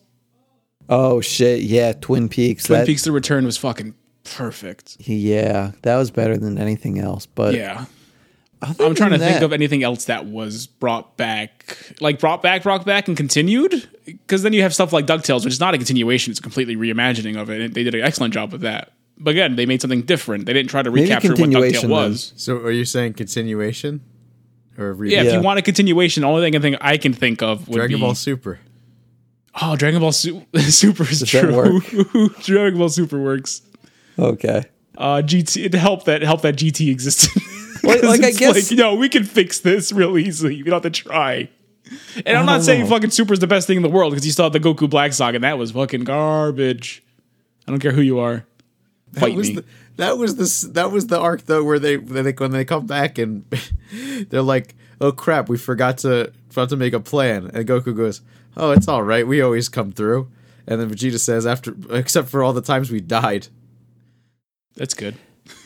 [SPEAKER 1] Oh shit! Yeah, Twin Peaks.
[SPEAKER 3] Twin
[SPEAKER 1] that,
[SPEAKER 3] Peaks: The Return was fucking perfect.
[SPEAKER 1] Yeah, that was better than anything else. But
[SPEAKER 3] Yeah,
[SPEAKER 1] other
[SPEAKER 3] I'm trying to
[SPEAKER 1] than
[SPEAKER 3] think
[SPEAKER 1] that-
[SPEAKER 3] of anything else that was brought back, like brought back, brought back, and continued. Because then you have stuff like Ducktales, which is not a continuation; it's a completely reimagining of it. And they did an excellent job with that. But again, they made something different. They didn't try to
[SPEAKER 1] Maybe
[SPEAKER 3] recapture what Ducktale
[SPEAKER 1] continuation,
[SPEAKER 3] was.
[SPEAKER 2] So are you saying continuation? Or re-
[SPEAKER 3] Yeah, if
[SPEAKER 1] Yeah.
[SPEAKER 3] you want a continuation, the only thing I think I can think of would
[SPEAKER 2] Dragon
[SPEAKER 3] be
[SPEAKER 2] Ball Super.
[SPEAKER 3] oh, Dragon Ball Su- [LAUGHS] Super is
[SPEAKER 1] that
[SPEAKER 3] true. [LAUGHS] Dragon Ball Super works.
[SPEAKER 1] Okay.
[SPEAKER 3] uh, GT it helped that helped that GT [LAUGHS] existed. 'Cause
[SPEAKER 1] like, I
[SPEAKER 3] it's
[SPEAKER 1] guess-
[SPEAKER 3] like, no, we can fix this real easily. You don't have to try. And I'm not
[SPEAKER 1] don't
[SPEAKER 3] saying
[SPEAKER 1] know.
[SPEAKER 3] fucking Super is the best thing in the world because you still have the Goku Black Saga, and that was fucking garbage. I don't care who you are,
[SPEAKER 2] That
[SPEAKER 3] fight
[SPEAKER 2] was
[SPEAKER 3] me.
[SPEAKER 2] the, that was this that was the arc though where they, where they when they come back and [LAUGHS] they're like, "Oh crap, we forgot to forgot to make a plan." And Goku goes, "Oh, it's all right. We always come through." And then Vegeta says, "After except for all the times we died."
[SPEAKER 3] That's good.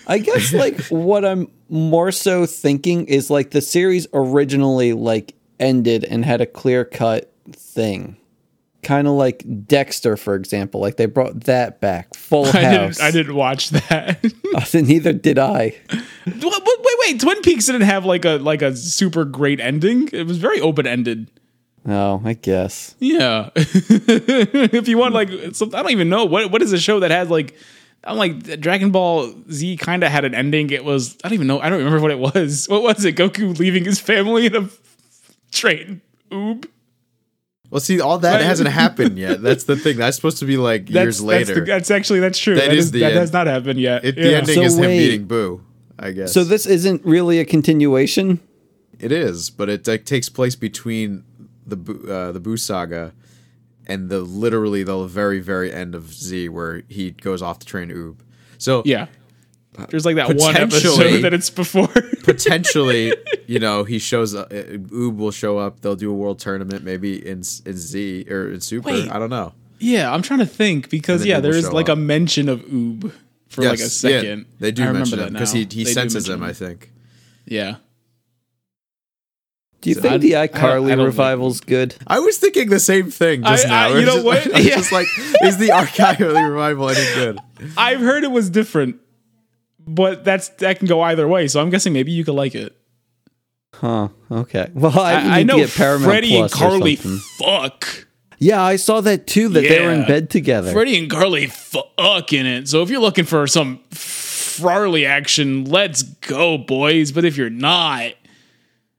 [SPEAKER 1] I
[SPEAKER 3] [LAUGHS]
[SPEAKER 1] guess like what I'm more so thinking is like the series originally like ended and had a clear cut thing. Kind of like Dexter, for example. Like they brought that back. Full
[SPEAKER 3] [LAUGHS] I
[SPEAKER 1] House. [LAUGHS]
[SPEAKER 3] didn't. I didn't watch that. [LAUGHS]
[SPEAKER 1] didn't. Neither did I.
[SPEAKER 3] wait, wait, wait. Twin Peaks didn't have like a like a super great ending. It was very open ended.
[SPEAKER 1] No, Oh, I guess.
[SPEAKER 3] Yeah. [LAUGHS] if you want, like, some, I don't even know what what is a show that has like, I'm like Dragon Ball Z kind of had an ending. It was I don't even know. I don't remember what it was. [LAUGHS] What was it? Goku leaving his family in a [LAUGHS] train. Oob.
[SPEAKER 2] Well, see, all that
[SPEAKER 3] Right.
[SPEAKER 2] hasn't happened yet. That's the thing. That's supposed to be like years
[SPEAKER 3] [LAUGHS] That's,
[SPEAKER 2] later.
[SPEAKER 3] That's, the, that's actually that's true.
[SPEAKER 2] That
[SPEAKER 3] That
[SPEAKER 2] is
[SPEAKER 3] is-
[SPEAKER 2] the
[SPEAKER 3] that
[SPEAKER 2] end.
[SPEAKER 3] has not happened yet.
[SPEAKER 2] it,
[SPEAKER 3] Yeah.
[SPEAKER 2] The ending
[SPEAKER 1] So
[SPEAKER 2] is him
[SPEAKER 1] wait.
[SPEAKER 2] beating Boo. I guess.
[SPEAKER 1] So this isn't really a continuation.
[SPEAKER 2] It is, but it like, takes place between the Boo- uh, the Boo saga and the literally the very very end of Z, where he goes off the train to Oob. So
[SPEAKER 3] yeah. [LAUGHS] There's like that one
[SPEAKER 2] Potentially.
[SPEAKER 3] episode [LAUGHS] that it's before.
[SPEAKER 2] potentially, you know, he shows up. uh, Oob will show up. They'll do a world tournament, maybe in S- in Z or in Super.
[SPEAKER 3] Wait.
[SPEAKER 2] I don't know.
[SPEAKER 3] yeah, I'm trying to think because
[SPEAKER 2] then
[SPEAKER 3] yeah,
[SPEAKER 2] Oob will
[SPEAKER 3] there is
[SPEAKER 2] show
[SPEAKER 3] like
[SPEAKER 2] up.
[SPEAKER 3] a mention of Oob for like a
[SPEAKER 2] Yes,
[SPEAKER 3] second.
[SPEAKER 2] they do
[SPEAKER 3] I remember
[SPEAKER 2] mention
[SPEAKER 3] that
[SPEAKER 2] him because
[SPEAKER 3] now.
[SPEAKER 2] he he
[SPEAKER 3] They do
[SPEAKER 2] senses
[SPEAKER 3] mention
[SPEAKER 2] him.
[SPEAKER 3] him.
[SPEAKER 2] I think.
[SPEAKER 3] Yeah.
[SPEAKER 1] Do you
[SPEAKER 3] So
[SPEAKER 1] think
[SPEAKER 3] I-
[SPEAKER 1] the
[SPEAKER 3] I don't- I don't
[SPEAKER 1] iCarly
[SPEAKER 3] know.
[SPEAKER 1] revival's good?
[SPEAKER 2] I was thinking the same thing just
[SPEAKER 3] I-
[SPEAKER 2] now. [LAUGHS]
[SPEAKER 3] I-
[SPEAKER 2] It
[SPEAKER 3] you
[SPEAKER 2] was
[SPEAKER 3] know
[SPEAKER 2] just-
[SPEAKER 3] what?
[SPEAKER 2] I was
[SPEAKER 3] Yeah.
[SPEAKER 2] just like, is the archival revival any
[SPEAKER 3] [LAUGHS]
[SPEAKER 2] good?
[SPEAKER 3] I've heard it was different, but that's that can go either way. So I'm guessing maybe you could like it.
[SPEAKER 1] Huh. Okay. Well, I, need
[SPEAKER 3] I, I
[SPEAKER 1] to
[SPEAKER 3] know
[SPEAKER 1] get Paramount
[SPEAKER 3] Freddie and
[SPEAKER 1] Plus or
[SPEAKER 3] Carly
[SPEAKER 1] something.
[SPEAKER 3] fuck.
[SPEAKER 1] Yeah, I saw that too. That they were in
[SPEAKER 3] Yeah.
[SPEAKER 1] bed together.
[SPEAKER 3] Freddie and Carly fuck in it. So if you're looking for some Farley action, let's go, boys. But if you're not,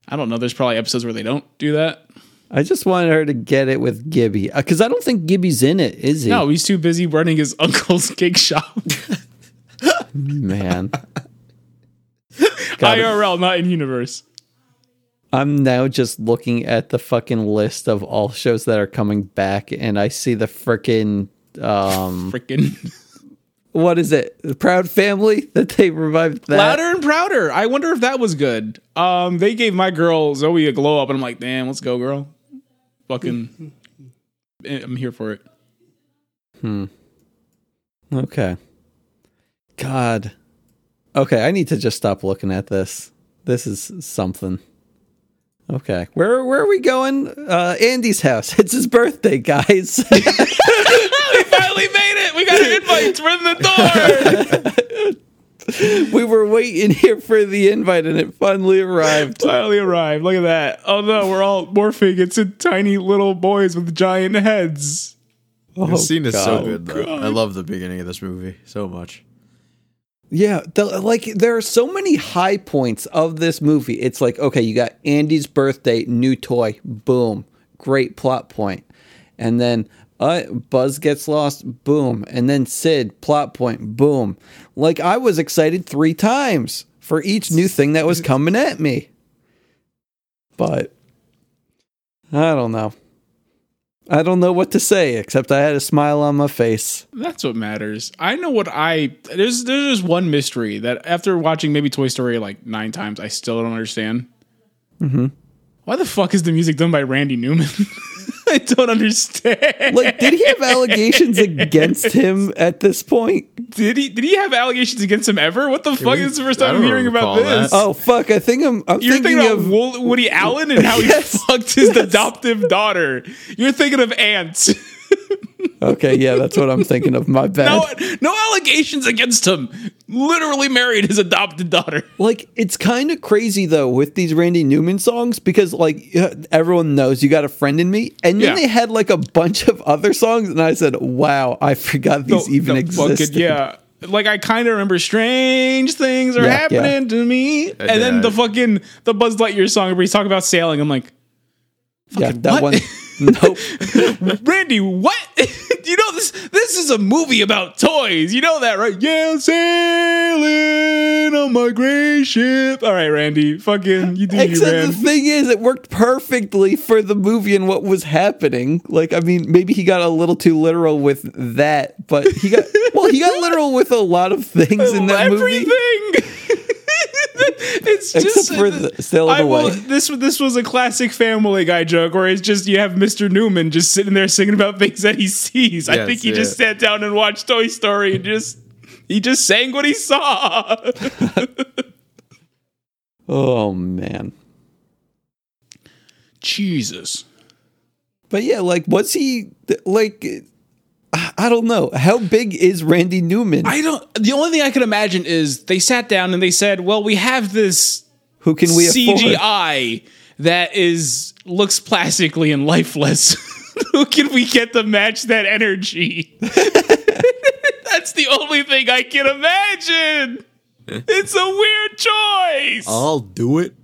[SPEAKER 3] I don't know. There's probably episodes where they don't do that.
[SPEAKER 1] I just wanted her to get it with Gibby because I don't think Gibby's in it, is he?
[SPEAKER 3] No, he's too busy running his [LAUGHS] uncle's cake shop.
[SPEAKER 1] [LAUGHS]
[SPEAKER 3] [LAUGHS]
[SPEAKER 1] man. God,
[SPEAKER 3] IRL, not in universe.
[SPEAKER 1] I'm now just looking at the fucking list of all shows that are coming back, and I see the frickin' um,
[SPEAKER 3] Freaking
[SPEAKER 1] what is it? The Proud Family [LAUGHS] that they revived. That
[SPEAKER 3] Louder and prouder. I wonder if that was good. Um, they gave my girl Zoe a glow up, and I'm like, damn, let's go, girl. Fucking, eh, I'm here for it.
[SPEAKER 1] Okay. God. Okay, I need to just stop looking at this. This is something. Okay. Where where are we going? Uh, Andy's house. [LAUGHS] It's his birthday, guys. [LAUGHS]
[SPEAKER 3] we finally made it. We got an invite. We're in the door.
[SPEAKER 1] we were waiting here for the invite and it finally arrived.
[SPEAKER 3] finally arrived. Look at that. Oh no, we're all morphing into tiny little boys with giant heads.
[SPEAKER 2] this scene is so good. Though.
[SPEAKER 3] Oh.
[SPEAKER 2] I love the beginning of this movie so much.
[SPEAKER 1] Yeah, the, like there are so many high points of this movie. It's like, okay, you got Andy's birthday, new toy, boom, great plot point. And then uh, Buzz gets lost, boom. And then Sid, plot point, boom. Like I was excited three times for each new thing that was coming at me. But I don't know. I don't know what to say except I had a smile on my face.
[SPEAKER 3] That's what matters. I know what I there's there's just one mystery that after watching maybe Toy Story like nine times, I still don't understand. Mm-hmm. Why the fuck is the music done by Randy Newman? [LAUGHS] I don't understand.
[SPEAKER 1] Like, did he have
[SPEAKER 3] [LAUGHS]
[SPEAKER 1] allegations against him at this point?
[SPEAKER 3] Did he did he have allegations against him ever? What the fuck
[SPEAKER 2] we-
[SPEAKER 3] is the first
[SPEAKER 2] I
[SPEAKER 3] time I'm
[SPEAKER 2] don't
[SPEAKER 3] hearing about
[SPEAKER 2] recall that.
[SPEAKER 3] this?
[SPEAKER 1] Oh fuck! I think I'm. I'm
[SPEAKER 3] You're
[SPEAKER 1] thinking,
[SPEAKER 3] thinking, about
[SPEAKER 1] of.
[SPEAKER 3] Wo- Woody Allen and how he
[SPEAKER 1] Yes.
[SPEAKER 3] fucked his adoptive daughter. You're thinking of ants. [LAUGHS]
[SPEAKER 1] okay, yeah, that's what I'm thinking of. My bad.
[SPEAKER 3] no, no allegations against him. Literally married his adopted daughter.
[SPEAKER 1] Like, it's kind of crazy though with these Randy Newman songs because like uh, everyone knows you got a friend in me, and then
[SPEAKER 3] Yeah.
[SPEAKER 1] they had like a bunch of other songs, and I said, "Wow, I forgot these
[SPEAKER 3] the-
[SPEAKER 1] even
[SPEAKER 3] the fucking-
[SPEAKER 1] existed."
[SPEAKER 3] yeah. Like I kind of remember strange things are
[SPEAKER 1] Yeah,
[SPEAKER 3] happening to me, and then
[SPEAKER 2] yeah.
[SPEAKER 3] the fucking the Buzz Lightyear song where he's talking about sailing. I'm like, [LAUGHS]
[SPEAKER 1] yeah, that
[SPEAKER 3] what? [LAUGHS]
[SPEAKER 1] one. Nope.
[SPEAKER 3] Randy, what? [LAUGHS] you know this this is a movie about toys. You know that, right? Yeah, I'm sailing on my gray ship. All right, Randy, fucking you do you,
[SPEAKER 1] Except
[SPEAKER 3] man.
[SPEAKER 1] the thing is, it worked perfectly for the movie and what was happening. Like, I mean, maybe he got a little too literal with that, but he
[SPEAKER 3] [LAUGHS]
[SPEAKER 1] got well, he got literal with a lot of things in that
[SPEAKER 3] Everything.
[SPEAKER 1] movie.
[SPEAKER 3] [LAUGHS] it's
[SPEAKER 1] Except
[SPEAKER 3] just
[SPEAKER 1] for the sail of
[SPEAKER 3] I
[SPEAKER 1] the
[SPEAKER 3] will-
[SPEAKER 1] way.
[SPEAKER 3] This this was a classic Family Guy joke, where it's just you have Mr. Newman just sitting there singing about things that he sees. I
[SPEAKER 2] Yes,
[SPEAKER 3] think he
[SPEAKER 2] yeah.
[SPEAKER 3] just sat down and watched Toy Story and just he just sang what he saw. [LAUGHS]
[SPEAKER 1] Oh man.
[SPEAKER 3] Jesus.
[SPEAKER 1] But yeah, like, was he like? I I don't know. How big is Randy Newman?
[SPEAKER 3] I don't. The only thing I can imagine is they sat down and they said, "Well, we have this
[SPEAKER 1] Who can we afford?
[SPEAKER 3] CGI that is looks plastically and lifeless. [LAUGHS] Who can we get to match that energy? [LAUGHS] That's the only thing I
[SPEAKER 1] [LAUGHS]
[SPEAKER 3] can imagine. It's a weird choice.
[SPEAKER 1] Oh.
[SPEAKER 2] I'll do it.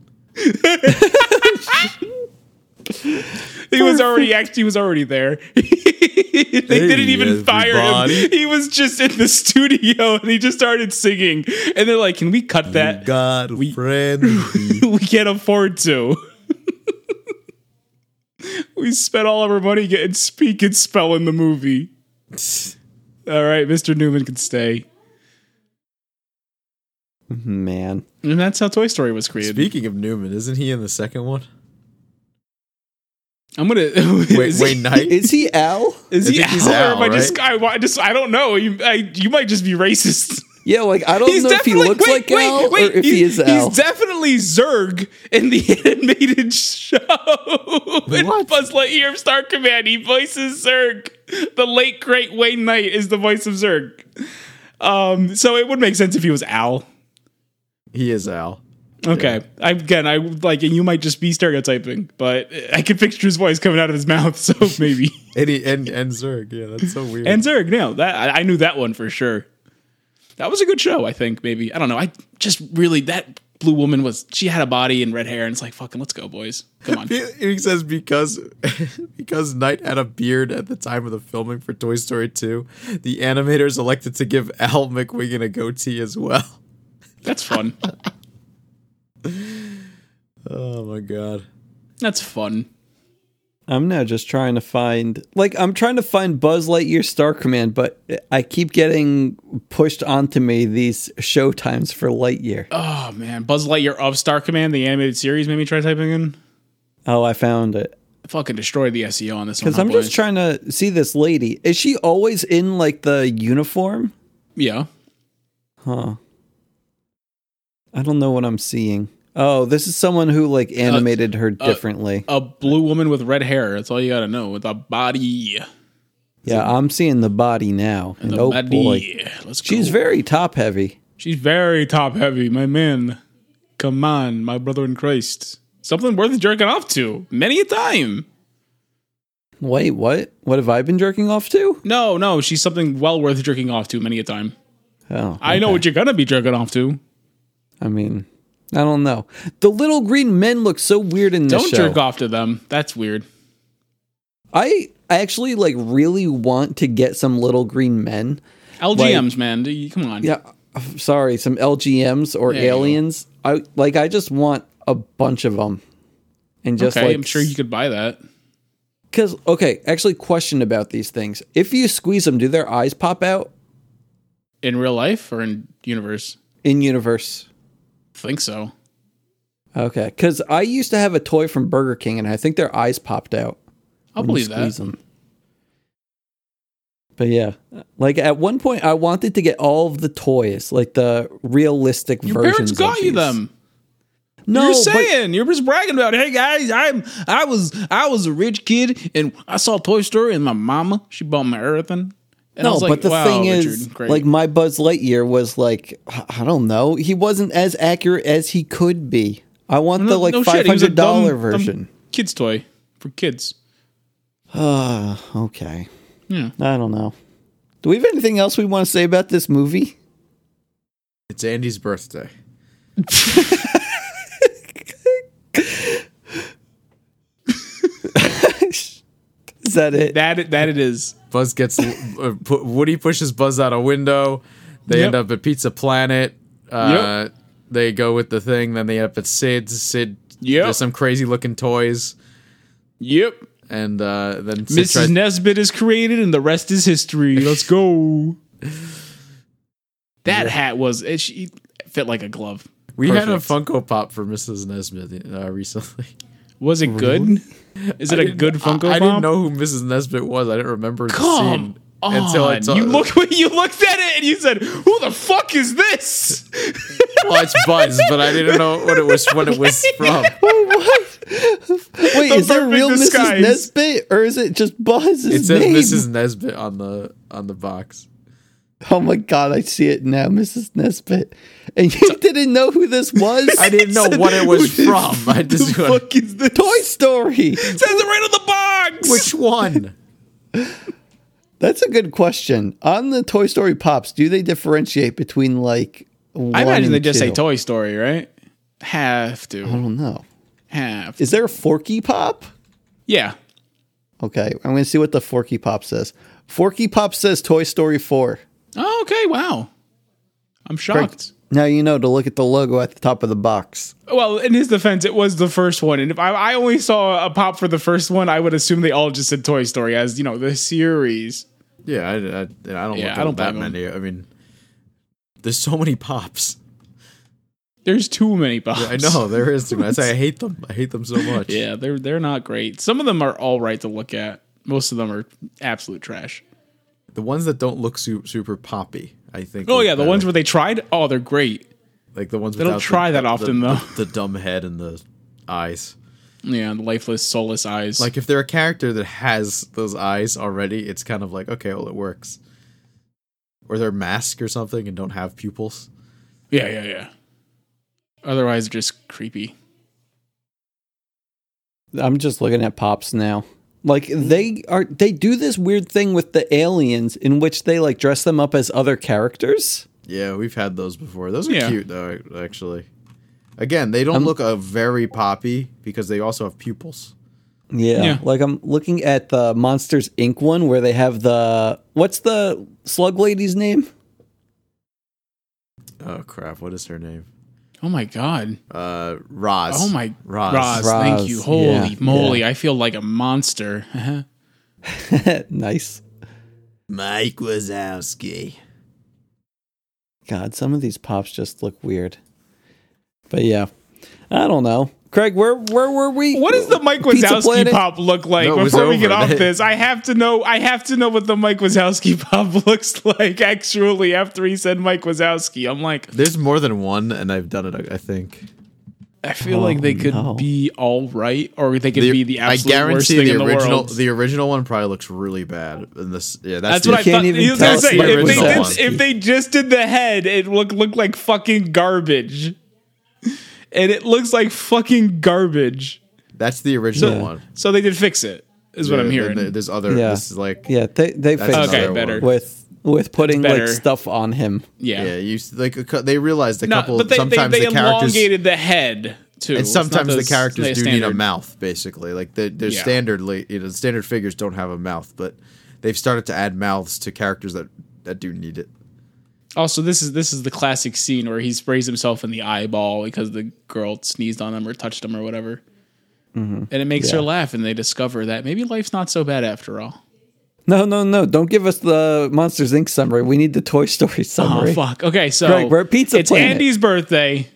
[SPEAKER 3] he was already act- he was already there. [LAUGHS] they didn't even fire him.
[SPEAKER 2] everybody.
[SPEAKER 3] He was just in the studio and he just started singing. And they're like, "Can we cut that?
[SPEAKER 2] God,
[SPEAKER 3] We-
[SPEAKER 2] friend.
[SPEAKER 3] [LAUGHS] we can't afford to. [LAUGHS] we spent all of our money getting speak and spell in the movie. All right, Mr. Newman can stay.
[SPEAKER 1] Man,
[SPEAKER 3] And that's how Toy Story was created.
[SPEAKER 2] Speaking of Newman, isn't he in the second
[SPEAKER 3] [LAUGHS]
[SPEAKER 2] one?
[SPEAKER 3] I'm gonna [LAUGHS]
[SPEAKER 2] Wait,
[SPEAKER 3] is he-
[SPEAKER 2] Wayne Knight.
[SPEAKER 1] is he Al?
[SPEAKER 3] Is he
[SPEAKER 2] I think he's
[SPEAKER 3] Al, or
[SPEAKER 2] Al,
[SPEAKER 3] am I just I, wa- I just I don't know. You I, you might just be racist.
[SPEAKER 1] Yeah, like I don't know if he looks like Al or if he
[SPEAKER 3] he's-
[SPEAKER 1] is Al.
[SPEAKER 3] He's definitely Zurg in the [LAUGHS] animated show. in Buzz Lightyear of Star Command, he voices Zurg. The late great Wayne Knight is the voice of Zurg. Um, so it would make sense if he was Al.
[SPEAKER 2] He is Al.
[SPEAKER 3] Okay, I, again, I like and you might just be stereotyping, but I can picture his voice coming out of his mouth, [LAUGHS] so maybe.
[SPEAKER 2] And he, and and Zurg. Yeah, that's so weird.
[SPEAKER 3] and Zurg, no, that I, I knew that one for sure. That was a good show, I think. Maybe I don't know. I just really that blue woman was she had a body and red hair, and it's like fucking let's go, boys.
[SPEAKER 1] [LAUGHS]
[SPEAKER 3] Come on.
[SPEAKER 2] He- he says because [LAUGHS] because Knight had a beard at the time of the filming for Toy Story 2, the animators elected to give Al McWiggin a goatee as well. [LAUGHS]
[SPEAKER 3] That's fun.
[SPEAKER 2] Oh my god.
[SPEAKER 3] That's fun.
[SPEAKER 1] I'm now just trying to find like I'm trying to find Buzz Lightyear Star Command, but I keep getting pushed onto me these show times for Lightyear.
[SPEAKER 3] Oh man, Buzz Lightyear of Star Command, the animated series. Made me try typing in.
[SPEAKER 1] Oh, I found it.
[SPEAKER 3] I fucking destroyed the SEO on this one.
[SPEAKER 1] Because I'm
[SPEAKER 3] huh,
[SPEAKER 1] just
[SPEAKER 3] boys?
[SPEAKER 1] trying to see this lady. Is she always in like the uniform?
[SPEAKER 3] Yeah.
[SPEAKER 1] Huh. I don't know what I'm seeing. Oh, this is someone who like
[SPEAKER 3] Uh,
[SPEAKER 1] animated her differently.
[SPEAKER 3] A blue woman with red hair. That's all you gotta know. With a body.
[SPEAKER 1] yeah, I'm seeing the body now. And
[SPEAKER 3] The
[SPEAKER 1] oh
[SPEAKER 3] body. Oh.
[SPEAKER 1] boy.
[SPEAKER 3] Let's go.
[SPEAKER 1] She's very top heavy.
[SPEAKER 3] She's very top heavy, my man. Come on, my brother in Christ. Something worth jerking off to many a time.
[SPEAKER 1] Wait, what? What have I been jerking off to?
[SPEAKER 3] No, no, she's something well worth jerking off to many a time.
[SPEAKER 1] Oh,
[SPEAKER 3] I know what you're gonna be jerking off to.
[SPEAKER 1] I mean, I don't know. The little green men look so weird in this
[SPEAKER 3] Don't
[SPEAKER 1] show.
[SPEAKER 3] jerk off to them. That's weird.
[SPEAKER 1] I I actually like really want to get some little green men.
[SPEAKER 3] LGMs, man. Do you- Come on.
[SPEAKER 1] Yeah, f- sorry, some LGMs or
[SPEAKER 3] Yeah.
[SPEAKER 1] aliens. I like I just want a bunch of them. And just
[SPEAKER 3] okay,
[SPEAKER 1] like
[SPEAKER 3] I'm sure you could buy that.
[SPEAKER 1] cuz okay, actually question about these things. If you squeeze them, do their eyes pop out
[SPEAKER 3] In real life or in universe?
[SPEAKER 1] in universe?
[SPEAKER 3] I think so.
[SPEAKER 1] Okay, cuz I used to have a toy from Burger King and I think their eyes popped out. when
[SPEAKER 3] I'll
[SPEAKER 1] you
[SPEAKER 3] believe that.
[SPEAKER 1] squeeze 'em. But yeah, like at one point, I wanted to get all of the toys, like the realistic
[SPEAKER 3] Your
[SPEAKER 1] versions.
[SPEAKER 3] parents
[SPEAKER 1] of
[SPEAKER 3] got you
[SPEAKER 1] these.
[SPEAKER 3] them.
[SPEAKER 1] No,
[SPEAKER 3] you're
[SPEAKER 1] but-
[SPEAKER 3] saying you're just bragging about, hey guys, I'm I was I was a rich kid and I saw Toy Story and my mama she bought me everything. And I
[SPEAKER 1] no,
[SPEAKER 3] was like,
[SPEAKER 1] but the
[SPEAKER 3] wow,
[SPEAKER 1] thing
[SPEAKER 3] Richard,
[SPEAKER 1] is,
[SPEAKER 3] great.
[SPEAKER 1] like my Buzz Lightyear was like, I I don't know, he wasn't as accurate as he could be. I want the like
[SPEAKER 3] no
[SPEAKER 1] five
[SPEAKER 3] shit, he was a
[SPEAKER 1] hundred
[SPEAKER 3] dumb-
[SPEAKER 1] dollar
[SPEAKER 3] dumb
[SPEAKER 1] version.
[SPEAKER 3] kids toy for kids.
[SPEAKER 1] Uh, okay. I don't know. Do we have anything else we want to say about this movie?
[SPEAKER 2] It's Andy's birthday.
[SPEAKER 1] Is that it?
[SPEAKER 3] That that it is.
[SPEAKER 2] Buzz gets uh, pu- Woody pushes Buzz out a window. They
[SPEAKER 3] Yep.
[SPEAKER 2] end up at Pizza Planet. Uh, They go with the thing. Then they end up at Sid's. Sid.
[SPEAKER 3] Yep.
[SPEAKER 2] There's some crazy looking toys,
[SPEAKER 3] Yep.
[SPEAKER 2] and uh, then Sid
[SPEAKER 3] Mrs.
[SPEAKER 2] tries-
[SPEAKER 3] Nesbit is created and the rest is history.
[SPEAKER 1] [LAUGHS]
[SPEAKER 3] Let's go. that hat was it, she it fit like a glove.
[SPEAKER 2] we had a
[SPEAKER 3] Perfect.
[SPEAKER 2] Funko Pop for Mrs. Nesbit uh, recently.
[SPEAKER 3] Was it good? Is it a good
[SPEAKER 2] [LAUGHS]
[SPEAKER 3] Funko
[SPEAKER 2] I, I
[SPEAKER 3] Pop?
[SPEAKER 2] didn't know who Mrs. Nesbit was. I didn't remember the
[SPEAKER 3] Come
[SPEAKER 2] scene until I
[SPEAKER 3] on.
[SPEAKER 2] saw
[SPEAKER 3] you look you looked [LAUGHS] at it and you said, "Who the fuck
[SPEAKER 2] [LAUGHS]
[SPEAKER 3] is this?"
[SPEAKER 2] Well, Oh, it's Buzz, but I didn't know what it was when it
[SPEAKER 3] [LAUGHS]
[SPEAKER 2] was from.
[SPEAKER 1] Wait,
[SPEAKER 3] The
[SPEAKER 1] is there
[SPEAKER 3] perfect
[SPEAKER 1] real
[SPEAKER 3] disguise.
[SPEAKER 1] Mrs. Nesbit or is it just Buzz's
[SPEAKER 2] It says
[SPEAKER 1] name?
[SPEAKER 2] Mrs. Nesbit on the on the box.
[SPEAKER 1] Oh my god, I see it now, Mrs. Nesbit. And you didn't know who this was?
[SPEAKER 3] [LAUGHS]
[SPEAKER 2] I didn't know what it was from. I just
[SPEAKER 3] the fuck is this?
[SPEAKER 1] Toy Story.
[SPEAKER 3] It says it right on the
[SPEAKER 2] [LAUGHS]
[SPEAKER 3] box.
[SPEAKER 2] which one?
[SPEAKER 1] That's a good question. On the Toy Story pops, do they differentiate between like? One
[SPEAKER 3] I imagine
[SPEAKER 1] and
[SPEAKER 3] they just say
[SPEAKER 1] two?
[SPEAKER 3] Toy Story, right? Have
[SPEAKER 1] I
[SPEAKER 2] Oh.
[SPEAKER 3] to
[SPEAKER 1] don't know.
[SPEAKER 3] have.
[SPEAKER 1] Is there a Forky Pop?
[SPEAKER 3] yeah.
[SPEAKER 1] Okay, I'm going to see what the Forky Pop says. Forky Pop says Toy Story Four.
[SPEAKER 3] Oh, okay. Wow. I'm shocked.
[SPEAKER 1] Now you know to look at the logo at the top of the box.
[SPEAKER 3] Well, in his defense, it was the first one, and if I, I only saw a pop for the first one, I would assume they all just said Toy Story as you know the series.
[SPEAKER 2] Yeah, I, I, I don't look
[SPEAKER 3] Yeah,
[SPEAKER 2] I
[SPEAKER 3] I don't
[SPEAKER 2] don't that
[SPEAKER 3] blame him.
[SPEAKER 2] many. I mean, there's so many pops.
[SPEAKER 3] There's too many pops.
[SPEAKER 2] I know there is too many. That's why
[SPEAKER 3] [LAUGHS]
[SPEAKER 2] I hate them. I hate them so much.
[SPEAKER 3] Yeah, they're they're not great. Some of them are all right to look at. Most of them are absolute trash.
[SPEAKER 2] the ones that don't look su- super poppy. I think.
[SPEAKER 3] Oh
[SPEAKER 2] look
[SPEAKER 3] yeah, the
[SPEAKER 2] better.
[SPEAKER 3] ones where they tried. Oh, they're great.
[SPEAKER 2] like the ones
[SPEAKER 3] don't
[SPEAKER 2] without
[SPEAKER 3] try
[SPEAKER 2] the,
[SPEAKER 3] that often,
[SPEAKER 2] the,
[SPEAKER 3] though.
[SPEAKER 2] The, the dumb head and the eyes.
[SPEAKER 3] Yeah, lifeless, soulless eyes.
[SPEAKER 2] Like if they're a character that has those eyes already, it's kind of like okay, well it works. Or they're mask or something and don't have pupils.
[SPEAKER 3] yeah, yeah, yeah. Otherwise, just creepy.
[SPEAKER 1] I'm just looking at pops now. Like they are they do this weird thing with the aliens in which they like dress them up as other characters.
[SPEAKER 2] Yeah, we've had those before. Those are
[SPEAKER 3] Yeah.
[SPEAKER 2] cute though, actually. Again, they don't look a very poppy because they also have pupils.
[SPEAKER 1] Yeah.
[SPEAKER 3] Yeah.
[SPEAKER 1] Like I'm looking at the Monsters Inc. one where they have the what's the slug lady's name? [LAUGHS]
[SPEAKER 2] Oh crap! What is her name?
[SPEAKER 3] Oh my god.
[SPEAKER 2] Uh, Roz.
[SPEAKER 3] Oh my
[SPEAKER 2] Roz.
[SPEAKER 3] Roz,
[SPEAKER 1] Roz,
[SPEAKER 3] thank you.
[SPEAKER 1] yeah,
[SPEAKER 3] Holy
[SPEAKER 1] yeah.
[SPEAKER 3] moly, I feel like a monster. [LAUGHS]
[SPEAKER 1] nice.
[SPEAKER 2] Mike Wazowski.
[SPEAKER 1] God, some of these pops just look weird. But yeah. I don't know. Craig, where where were we?
[SPEAKER 3] what does the Mike
[SPEAKER 1] Pizza
[SPEAKER 3] Wazowski
[SPEAKER 1] Planet?
[SPEAKER 3] pop look like?
[SPEAKER 2] No, it was
[SPEAKER 3] Before we
[SPEAKER 2] over. [LAUGHS]
[SPEAKER 3] get off
[SPEAKER 2] They-
[SPEAKER 3] this, I have to know. I have to know what the Mike Wazowski [LAUGHS] pop looks like. Actually, after he said Mike Wazowski, I'm like,
[SPEAKER 2] There's more than one, and I've done it. I- I think.
[SPEAKER 3] I feel like they could be all right, or they could be the absolute worst thing in the
[SPEAKER 2] original
[SPEAKER 3] world.
[SPEAKER 2] the original one probably looks really bad. And this yeah, that's,
[SPEAKER 3] That's
[SPEAKER 2] the,
[SPEAKER 3] what I
[SPEAKER 1] can't
[SPEAKER 3] thought.
[SPEAKER 1] even
[SPEAKER 3] He was gonna
[SPEAKER 1] tell
[SPEAKER 3] say
[SPEAKER 2] it's the
[SPEAKER 3] if they,
[SPEAKER 2] original
[SPEAKER 3] did,
[SPEAKER 2] one.
[SPEAKER 3] if they just did the head, it looked looked like fucking garbage, and it looks like fucking garbage.
[SPEAKER 2] that's the original
[SPEAKER 1] Yeah.
[SPEAKER 2] one.
[SPEAKER 3] So they did fix it, is what I'm
[SPEAKER 2] Yeah,
[SPEAKER 3] hearing.
[SPEAKER 2] there- There's other
[SPEAKER 1] Yeah.
[SPEAKER 2] this is like
[SPEAKER 1] Yeah, they they
[SPEAKER 2] that's
[SPEAKER 1] fixed
[SPEAKER 3] Okay,
[SPEAKER 2] another
[SPEAKER 3] better.
[SPEAKER 2] one.
[SPEAKER 1] with with putting
[SPEAKER 3] It's
[SPEAKER 1] like
[SPEAKER 3] better.
[SPEAKER 1] stuff on him.
[SPEAKER 3] yeah.
[SPEAKER 2] Yeah, you s- like a cou- they realized a
[SPEAKER 3] no,
[SPEAKER 2] couple
[SPEAKER 3] but they, they,
[SPEAKER 2] sometimes
[SPEAKER 3] they
[SPEAKER 2] the characters
[SPEAKER 3] elongated the head too.
[SPEAKER 2] and
[SPEAKER 3] It's not
[SPEAKER 2] sometimes the
[SPEAKER 3] those-
[SPEAKER 2] characters
[SPEAKER 3] like
[SPEAKER 2] do need a
[SPEAKER 3] standard.
[SPEAKER 2] mouth basically like the, their
[SPEAKER 3] Yeah.
[SPEAKER 2] standard la- you know standard figures don't have a mouth but they've started to add mouths to characters that that do need
[SPEAKER 3] [LAUGHS]
[SPEAKER 2] it
[SPEAKER 3] Also, this is this is the classic scene where he sprays himself in the eyeball because the girl sneezed on him or touched him or whatever,
[SPEAKER 1] Mm-hmm.
[SPEAKER 3] and it makes her laugh, and they discover that maybe life's not so bad after all.
[SPEAKER 1] No, no, no! Don't give us the Monsters Inc. summary. We need the Toy Story [LAUGHS]
[SPEAKER 3] Oh
[SPEAKER 1] summary.
[SPEAKER 3] fuck! Okay, so
[SPEAKER 1] Greg, we're at Pizza
[SPEAKER 3] It's
[SPEAKER 1] Planet.
[SPEAKER 3] Andy's birthday.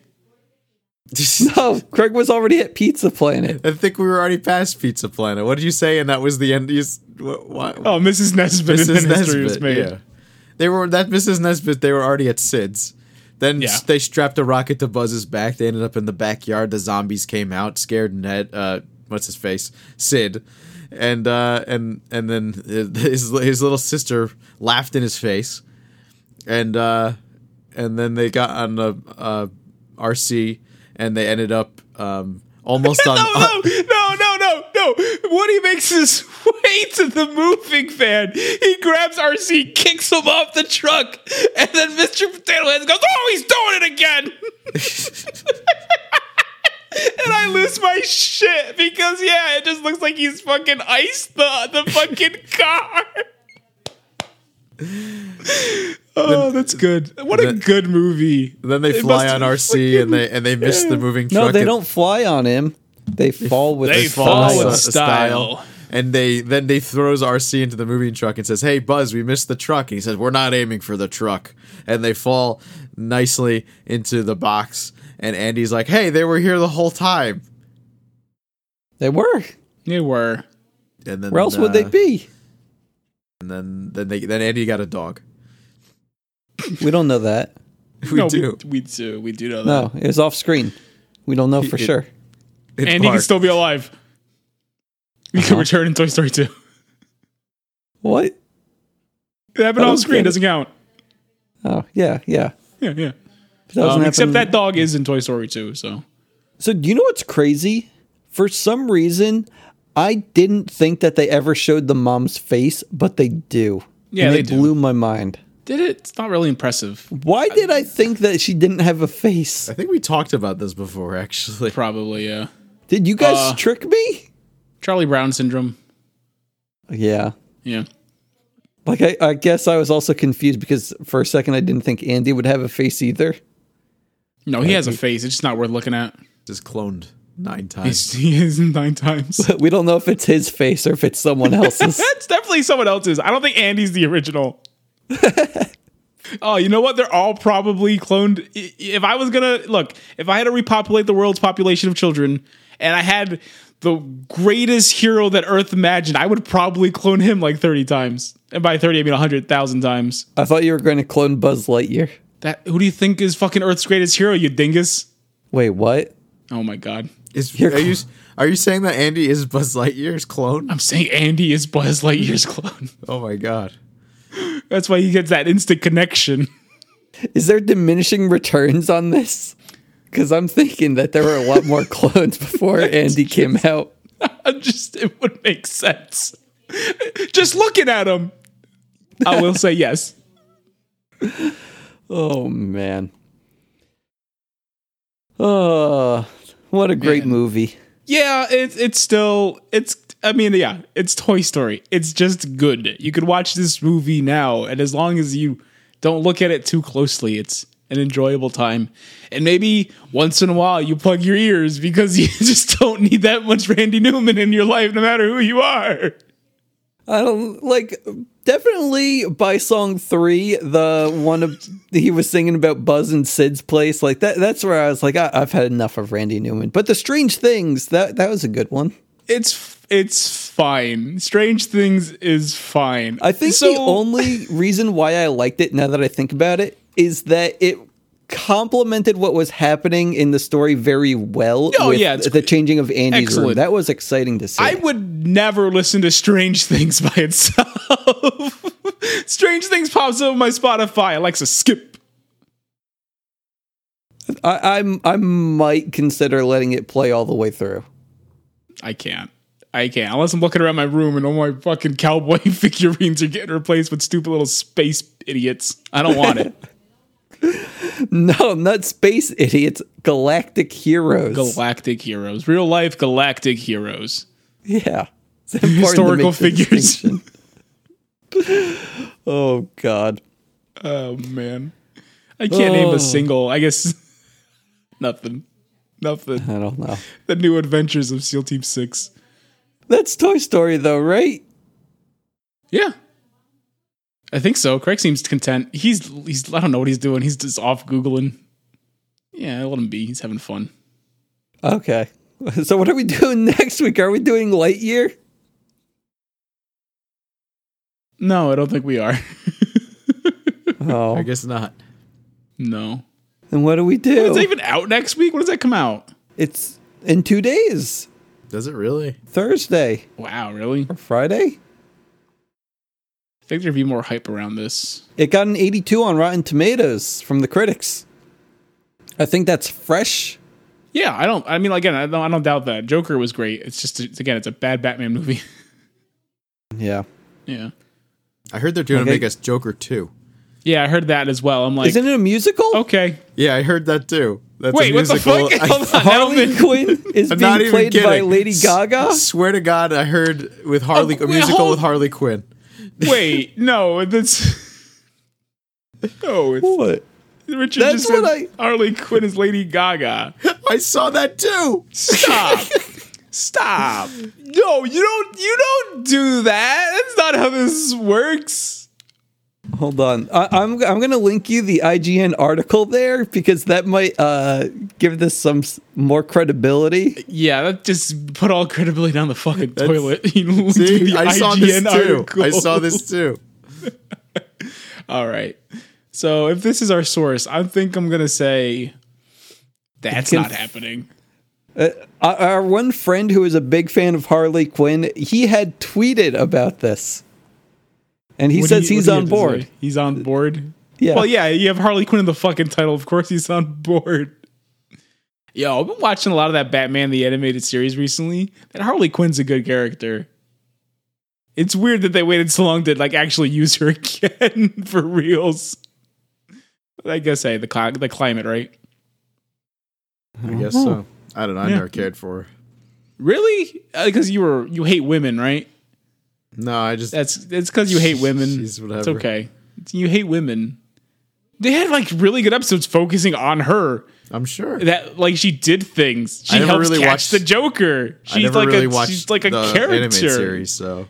[SPEAKER 1] no, Craig Oh, was already at Pizza Planet.
[SPEAKER 2] i think we were already past pizza planet what did you say and that was the end you s- wh- why
[SPEAKER 3] Oh, Mrs. Nesbitt. [LAUGHS] Mrs.
[SPEAKER 2] mrs
[SPEAKER 3] Nesbitt history was
[SPEAKER 2] nesbitt
[SPEAKER 3] made.
[SPEAKER 2] yeah they were that mrs nesbitt they were already at sid's then
[SPEAKER 3] Yeah.
[SPEAKER 2] they strapped a rocket to buzz's back they ended up in the backyard the zombies came out scared ned uh what's his face sid and uh and and then [LAUGHS] his his little sister laughed in his face and uh, and then they got on the uh, RC and they ended up um,
[SPEAKER 3] [LAUGHS]
[SPEAKER 2] almost on.
[SPEAKER 3] No, no,
[SPEAKER 2] uh,
[SPEAKER 3] no, no, no, no. Woody makes his [LAUGHS] way to the moving van. He grabs RC, kicks him off the truck, and then Mr. Potato Head goes, Oh, he's doing it again. [LAUGHS] and I lose my shit because, yeah, it just looks like he's fucking iced the, the fucking [LAUGHS] car. Oh, that's good. What
[SPEAKER 2] the-
[SPEAKER 3] a good movie.
[SPEAKER 2] [LAUGHS] then they
[SPEAKER 3] It
[SPEAKER 2] fly
[SPEAKER 3] must
[SPEAKER 2] on
[SPEAKER 3] have
[SPEAKER 2] RC and they and they miss the moving truck.
[SPEAKER 1] No, they
[SPEAKER 2] and-
[SPEAKER 1] don't fly on him. They fall with
[SPEAKER 3] they
[SPEAKER 1] the
[SPEAKER 3] fall
[SPEAKER 1] style.
[SPEAKER 3] with
[SPEAKER 2] s-
[SPEAKER 3] style.
[SPEAKER 2] And they then they throws RC into the moving truck and says, "Hey Buzz, we missed the truck." And he says, "We're not aiming for the truck." And they fall nicely into the box. And Andy's like, "Hey, they were here the whole time."
[SPEAKER 1] They were.
[SPEAKER 3] They were.
[SPEAKER 2] And then
[SPEAKER 1] Where else would they
[SPEAKER 2] uh,
[SPEAKER 1] be?
[SPEAKER 2] And then then they then Andy got a dog.
[SPEAKER 1] We don't know that.
[SPEAKER 2] We
[SPEAKER 3] no,
[SPEAKER 2] do.
[SPEAKER 3] We, we do. We do know that.
[SPEAKER 1] No, it was off screen. We don't know for
[SPEAKER 2] It-
[SPEAKER 1] sure.
[SPEAKER 2] It
[SPEAKER 3] and he can
[SPEAKER 2] barked.
[SPEAKER 3] still be alive. He can return in Toy Story [LAUGHS] 2.
[SPEAKER 1] What?
[SPEAKER 3] It happened
[SPEAKER 1] Oh,
[SPEAKER 3] off screen,
[SPEAKER 1] okay.
[SPEAKER 3] doesn't count.
[SPEAKER 1] Oh yeah, yeah.
[SPEAKER 3] Yeah, yeah.
[SPEAKER 1] It doesn't
[SPEAKER 3] Um, except
[SPEAKER 1] happen-
[SPEAKER 3] that dog is in Toy Story 2, so.
[SPEAKER 1] So do you know what's crazy? For some reason, I didn't think that they ever showed the mom's face, but they do.
[SPEAKER 3] Yeah,
[SPEAKER 1] and
[SPEAKER 3] they
[SPEAKER 1] it
[SPEAKER 3] do.
[SPEAKER 1] blew my mind.
[SPEAKER 3] Did it? It's not really impressive,
[SPEAKER 1] Why did I think that she didn't have a face?
[SPEAKER 2] I think we talked about this before, actually. [LAUGHS]
[SPEAKER 3] probably, yeah.
[SPEAKER 1] Did you guys
[SPEAKER 3] Uh,
[SPEAKER 1] trick me?
[SPEAKER 3] Charlie Brown syndrome.
[SPEAKER 1] Yeah.
[SPEAKER 3] Yeah.
[SPEAKER 1] Like I, I guess I was also confused because for a second I didn't think Andy would have a face either. [LAUGHS]
[SPEAKER 3] No, he has a face. It's just not worth looking at.
[SPEAKER 2] Just cloned nine
[SPEAKER 3] He's,
[SPEAKER 2] times.
[SPEAKER 3] [LAUGHS] he is nine times.
[SPEAKER 1] But we don't know if it's his face or if it's someone else's.
[SPEAKER 3] That's definitely someone else's. I don't think Andy's the original. oh, you know what? They're all probably cloned. I- i- If I was gonna look, if I had to repopulate the world's population of children, and I had the greatest hero that Earth imagined, I would probably clone him like thirty times. And by thirty, I mean hundred thousand times.
[SPEAKER 1] I thought you were going to clone Buzz Lightyear.
[SPEAKER 3] That who do you think is fucking Earth's greatest hero? You dingus!
[SPEAKER 1] Wait, what?
[SPEAKER 3] Oh my god!
[SPEAKER 2] Is, are you are you saying that Andy is Buzz Lightyear's clone?
[SPEAKER 3] I'm saying Andy is Buzz Lightyear's [LAUGHS] clone.
[SPEAKER 2] Oh my god!
[SPEAKER 3] That's why he gets that instant connection.
[SPEAKER 1] Is there diminishing returns on this? Because I'm thinking that there were a lot more [LAUGHS] clones before Andy came out.
[SPEAKER 3] I'm just it would make sense. just looking at him. I will say yes.
[SPEAKER 1] Oh man. Oh, what a great movie.
[SPEAKER 3] Yeah, it's it's still it's I mean, yeah, it's Toy Story. It's just good. You could watch this movie now, and as long as you don't look at it too closely, it's an enjoyable time. And maybe once in a while you plug your ears because [LAUGHS] you just don't need that much Randy Newman in your life, no matter who you are.
[SPEAKER 1] I don't like definitely by song three, the one of, he was singing about Buzz and Sid's place. Like that that's where I was like, I, I've had enough of Randy Newman. But the Strange Things, that that was a good one.
[SPEAKER 3] It's it's fine. Strange Things is fine.
[SPEAKER 1] I think
[SPEAKER 3] So- [LAUGHS]
[SPEAKER 1] the only reason why I liked it now that I think about it is that it complemented what was happening in the story very well.
[SPEAKER 3] Oh,
[SPEAKER 1] with
[SPEAKER 3] yeah, it's
[SPEAKER 1] the changing of Andy's room.
[SPEAKER 3] excellent.
[SPEAKER 1] That was exciting to see.
[SPEAKER 3] I would never listen to Strange Things by itself. [LAUGHS] Strange Things pops up on my Spotify. Alexa, skip.
[SPEAKER 1] I, I'm I might consider letting it play all the way through.
[SPEAKER 3] I can't. I can't. Unless I'm looking around my room and all my fucking cowboy [LAUGHS] figurines are getting replaced with stupid little space idiots. I don't want it.
[SPEAKER 1] [LAUGHS] No, not space idiots, galactic heroes.
[SPEAKER 3] galactic heroes, real life galactic heroes.
[SPEAKER 1] yeah,
[SPEAKER 3] [LAUGHS]
[SPEAKER 1] It's important to
[SPEAKER 3] Historical
[SPEAKER 1] make the
[SPEAKER 3] figures. [LAUGHS]
[SPEAKER 1] distinction. oh God.
[SPEAKER 3] Oh man, I can't name a single. I guess [LAUGHS] nothing, nothing.
[SPEAKER 1] I don't know.
[SPEAKER 3] The new adventures of SEAL Team Six.
[SPEAKER 1] That's Toy Story, though, right?
[SPEAKER 3] Yeah, I think so. Craig seems content. He's he's I don't know what he's doing. He's just off googling. Yeah, let him be. He's having fun.
[SPEAKER 1] Okay. [LAUGHS] So, what are we doing [LAUGHS] next week? Are we doing Lightyear?
[SPEAKER 3] No, I don't think we are. [LAUGHS]
[SPEAKER 2] I
[SPEAKER 1] Oh,
[SPEAKER 2] guess not.
[SPEAKER 3] no,
[SPEAKER 1] and what do we
[SPEAKER 3] is that
[SPEAKER 1] do?
[SPEAKER 3] even out next week? When does that come out?
[SPEAKER 1] It's in two days.
[SPEAKER 2] Does it really?
[SPEAKER 1] Thursday
[SPEAKER 3] Wow, really?
[SPEAKER 1] or Friday?
[SPEAKER 3] I think there'd be more hype around this.
[SPEAKER 1] It got an 82 on Rotten Tomatoes from the critics. I think that's fresh.
[SPEAKER 3] Yeah, I don't. I mean, again, I don't, I don't doubt that. Joker was great. It's just, it's, again, it's a bad Batman movie. [LAUGHS]
[SPEAKER 1] Yeah.
[SPEAKER 3] yeah,
[SPEAKER 2] I heard they're going
[SPEAKER 1] Okay.
[SPEAKER 2] to make us Joker too.
[SPEAKER 3] yeah, I heard that as well. I'm like,
[SPEAKER 1] Isn't it a musical?
[SPEAKER 3] okay,
[SPEAKER 2] Yeah, I heard that too. That's
[SPEAKER 3] wait,
[SPEAKER 2] a
[SPEAKER 3] what the
[SPEAKER 2] musical. [LAUGHS]
[SPEAKER 3] fuck?
[SPEAKER 2] I-
[SPEAKER 3] Hold on,
[SPEAKER 1] Harley
[SPEAKER 3] Edelman.
[SPEAKER 1] Quinn
[SPEAKER 3] [LAUGHS]
[SPEAKER 1] is
[SPEAKER 2] I'm
[SPEAKER 1] being played by Lady
[SPEAKER 2] S-
[SPEAKER 1] Gaga.
[SPEAKER 2] swear to God, I heard with Harley
[SPEAKER 3] Oh,
[SPEAKER 2] a
[SPEAKER 3] wait,
[SPEAKER 2] musical
[SPEAKER 3] hold-
[SPEAKER 2] with Harley Quinn.
[SPEAKER 3] wait, no, that's [LAUGHS] no, it's,
[SPEAKER 1] What?
[SPEAKER 3] Richard
[SPEAKER 1] That's
[SPEAKER 3] just said
[SPEAKER 1] what I-
[SPEAKER 3] Harley Quinn is Lady Gaga.
[SPEAKER 2] I saw that
[SPEAKER 3] [LAUGHS]
[SPEAKER 2] too.
[SPEAKER 3] Stop. Stop. No, you don't you don't do that. That's not how this works.
[SPEAKER 1] Hold on. I, I'm I'm gonna link you the IGN article there because that might uh, give this some s- more credibility.
[SPEAKER 3] Yeah, that just put all credibility down the fucking
[SPEAKER 2] That's-
[SPEAKER 3] toilet. [LAUGHS] You
[SPEAKER 2] See,
[SPEAKER 3] do the
[SPEAKER 2] I saw this
[SPEAKER 3] IGN
[SPEAKER 2] too.
[SPEAKER 3] article.
[SPEAKER 2] I saw this too.
[SPEAKER 3] [LAUGHS] All right. So if this is our source, I think I'm gonna say that's
[SPEAKER 1] can-
[SPEAKER 3] not happening.
[SPEAKER 1] Our- Our one friend who is a big fan of Harley Quinn, he had tweeted about this, and he
[SPEAKER 3] What do
[SPEAKER 1] says
[SPEAKER 3] you-
[SPEAKER 1] he's
[SPEAKER 3] what do you
[SPEAKER 1] on
[SPEAKER 3] have to
[SPEAKER 1] board.
[SPEAKER 3] say? He's on board.
[SPEAKER 1] Yeah.
[SPEAKER 3] Well, yeah, you have Harley Quinn in the fucking title. Of course, he's on board. Yo, I've been watching a lot of that Batman the animated series recently. That Harley Quinn's a good character. It's weird that they waited so long to like actually use her [LAUGHS] again for reals. But I guess hey, the cli- the climate, right?
[SPEAKER 2] I guess so. I don't know. I
[SPEAKER 3] Oh. Yeah.
[SPEAKER 2] never cared for. her.
[SPEAKER 3] Really? Because you were you hate women, right?
[SPEAKER 2] No, I just
[SPEAKER 3] That's it's because you hate women.
[SPEAKER 2] She's whatever.
[SPEAKER 3] It's okay. It's- You hate women. They had like really good episodes focusing on her.
[SPEAKER 2] I'm sure.
[SPEAKER 3] That like she did things. She
[SPEAKER 2] I never
[SPEAKER 3] helped
[SPEAKER 2] really
[SPEAKER 3] catch
[SPEAKER 2] watched-
[SPEAKER 3] the Joker. She's
[SPEAKER 2] I never
[SPEAKER 3] like
[SPEAKER 2] really
[SPEAKER 3] a
[SPEAKER 2] watched
[SPEAKER 3] she's like a
[SPEAKER 2] the anime
[SPEAKER 3] character.
[SPEAKER 2] series, so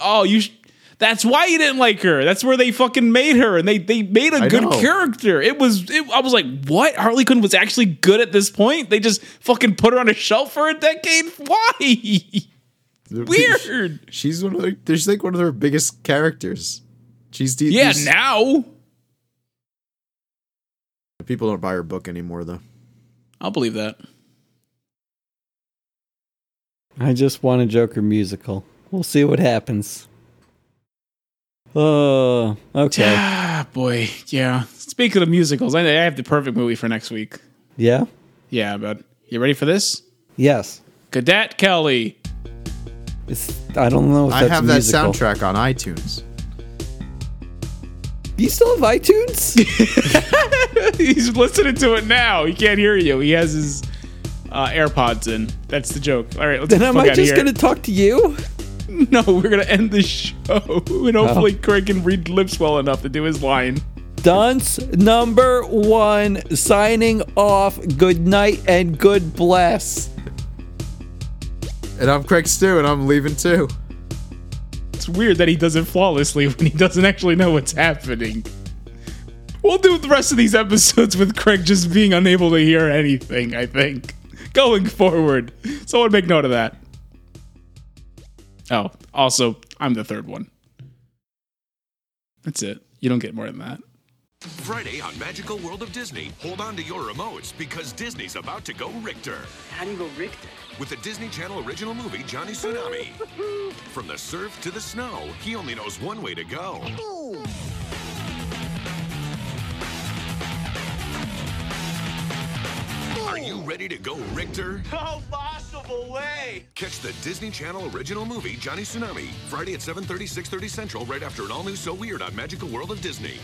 [SPEAKER 3] Oh, you. Sh- that's why you didn't like her. That's where they fucking made her, and they they made a
[SPEAKER 2] I
[SPEAKER 3] good
[SPEAKER 2] know.
[SPEAKER 3] character. It was. It, I was like, what? Harley Quinn was actually good at this point. They just fucking put her on a shelf for a decade. [LAUGHS] Why? Weird.
[SPEAKER 2] She's one of their. She's like one of their biggest characters. She's the,
[SPEAKER 3] Yeah.
[SPEAKER 2] these-
[SPEAKER 3] Now
[SPEAKER 2] people don't buy her book anymore though.
[SPEAKER 3] I'll believe that.
[SPEAKER 1] I just want a Joker musical. We'll see what happens. Oh, okay.
[SPEAKER 3] Ah, boy. Yeah. Speaking of musicals, I, I have the perfect movie for next week.
[SPEAKER 1] Yeah?
[SPEAKER 3] Yeah, but you ready for this?
[SPEAKER 1] Yes.
[SPEAKER 3] Cadet Kelly.
[SPEAKER 1] It's, I don't know if
[SPEAKER 2] I
[SPEAKER 1] that's
[SPEAKER 2] have
[SPEAKER 1] a
[SPEAKER 2] that
[SPEAKER 1] musical.
[SPEAKER 2] soundtrack on iTunes.
[SPEAKER 1] You still have iTunes?
[SPEAKER 3] [LAUGHS] He's listening to it now. He can't hear you. He has his uh, AirPods in. That's the joke. All right, let's
[SPEAKER 1] then
[SPEAKER 3] get the
[SPEAKER 1] am
[SPEAKER 3] fuck
[SPEAKER 1] I
[SPEAKER 3] outta
[SPEAKER 1] just
[SPEAKER 3] here.
[SPEAKER 1] going to talk to you?
[SPEAKER 3] [LAUGHS] No, we're gonna end the show, [LAUGHS] and hopefully
[SPEAKER 1] Oh.
[SPEAKER 3] Craig can read lips well enough to do his line.
[SPEAKER 1] Dunce number one signing off. Good night and good bless.
[SPEAKER 2] And I'm Craig Stew, and I'm leaving too.
[SPEAKER 3] It's weird that he does it flawlessly [LAUGHS] when he doesn't actually know what's happening. We'll do the rest of these episodes with Craig just being unable to hear anything, I think. Going forward. Someone make note of that. Oh, also, I'm the third one. That's it. You don't get more than that.
[SPEAKER 5] Friday on Magical World of Disney, hold on to your remotes because Disney's about to go Richter
[SPEAKER 6] How do you go Richter?
[SPEAKER 5] with the Disney Channel original movie
[SPEAKER 6] [LAUGHS]
[SPEAKER 5] Johnny Tsunami. From the surf to the snow, he only knows one way to go. Are you ready to go [LAUGHS] Richter? No Oh, possible way! Catch the Disney Channel original movie Johnny Tsunami Friday at 7:30 6:30 Central right after an all new So Weird on Magical World of Disney.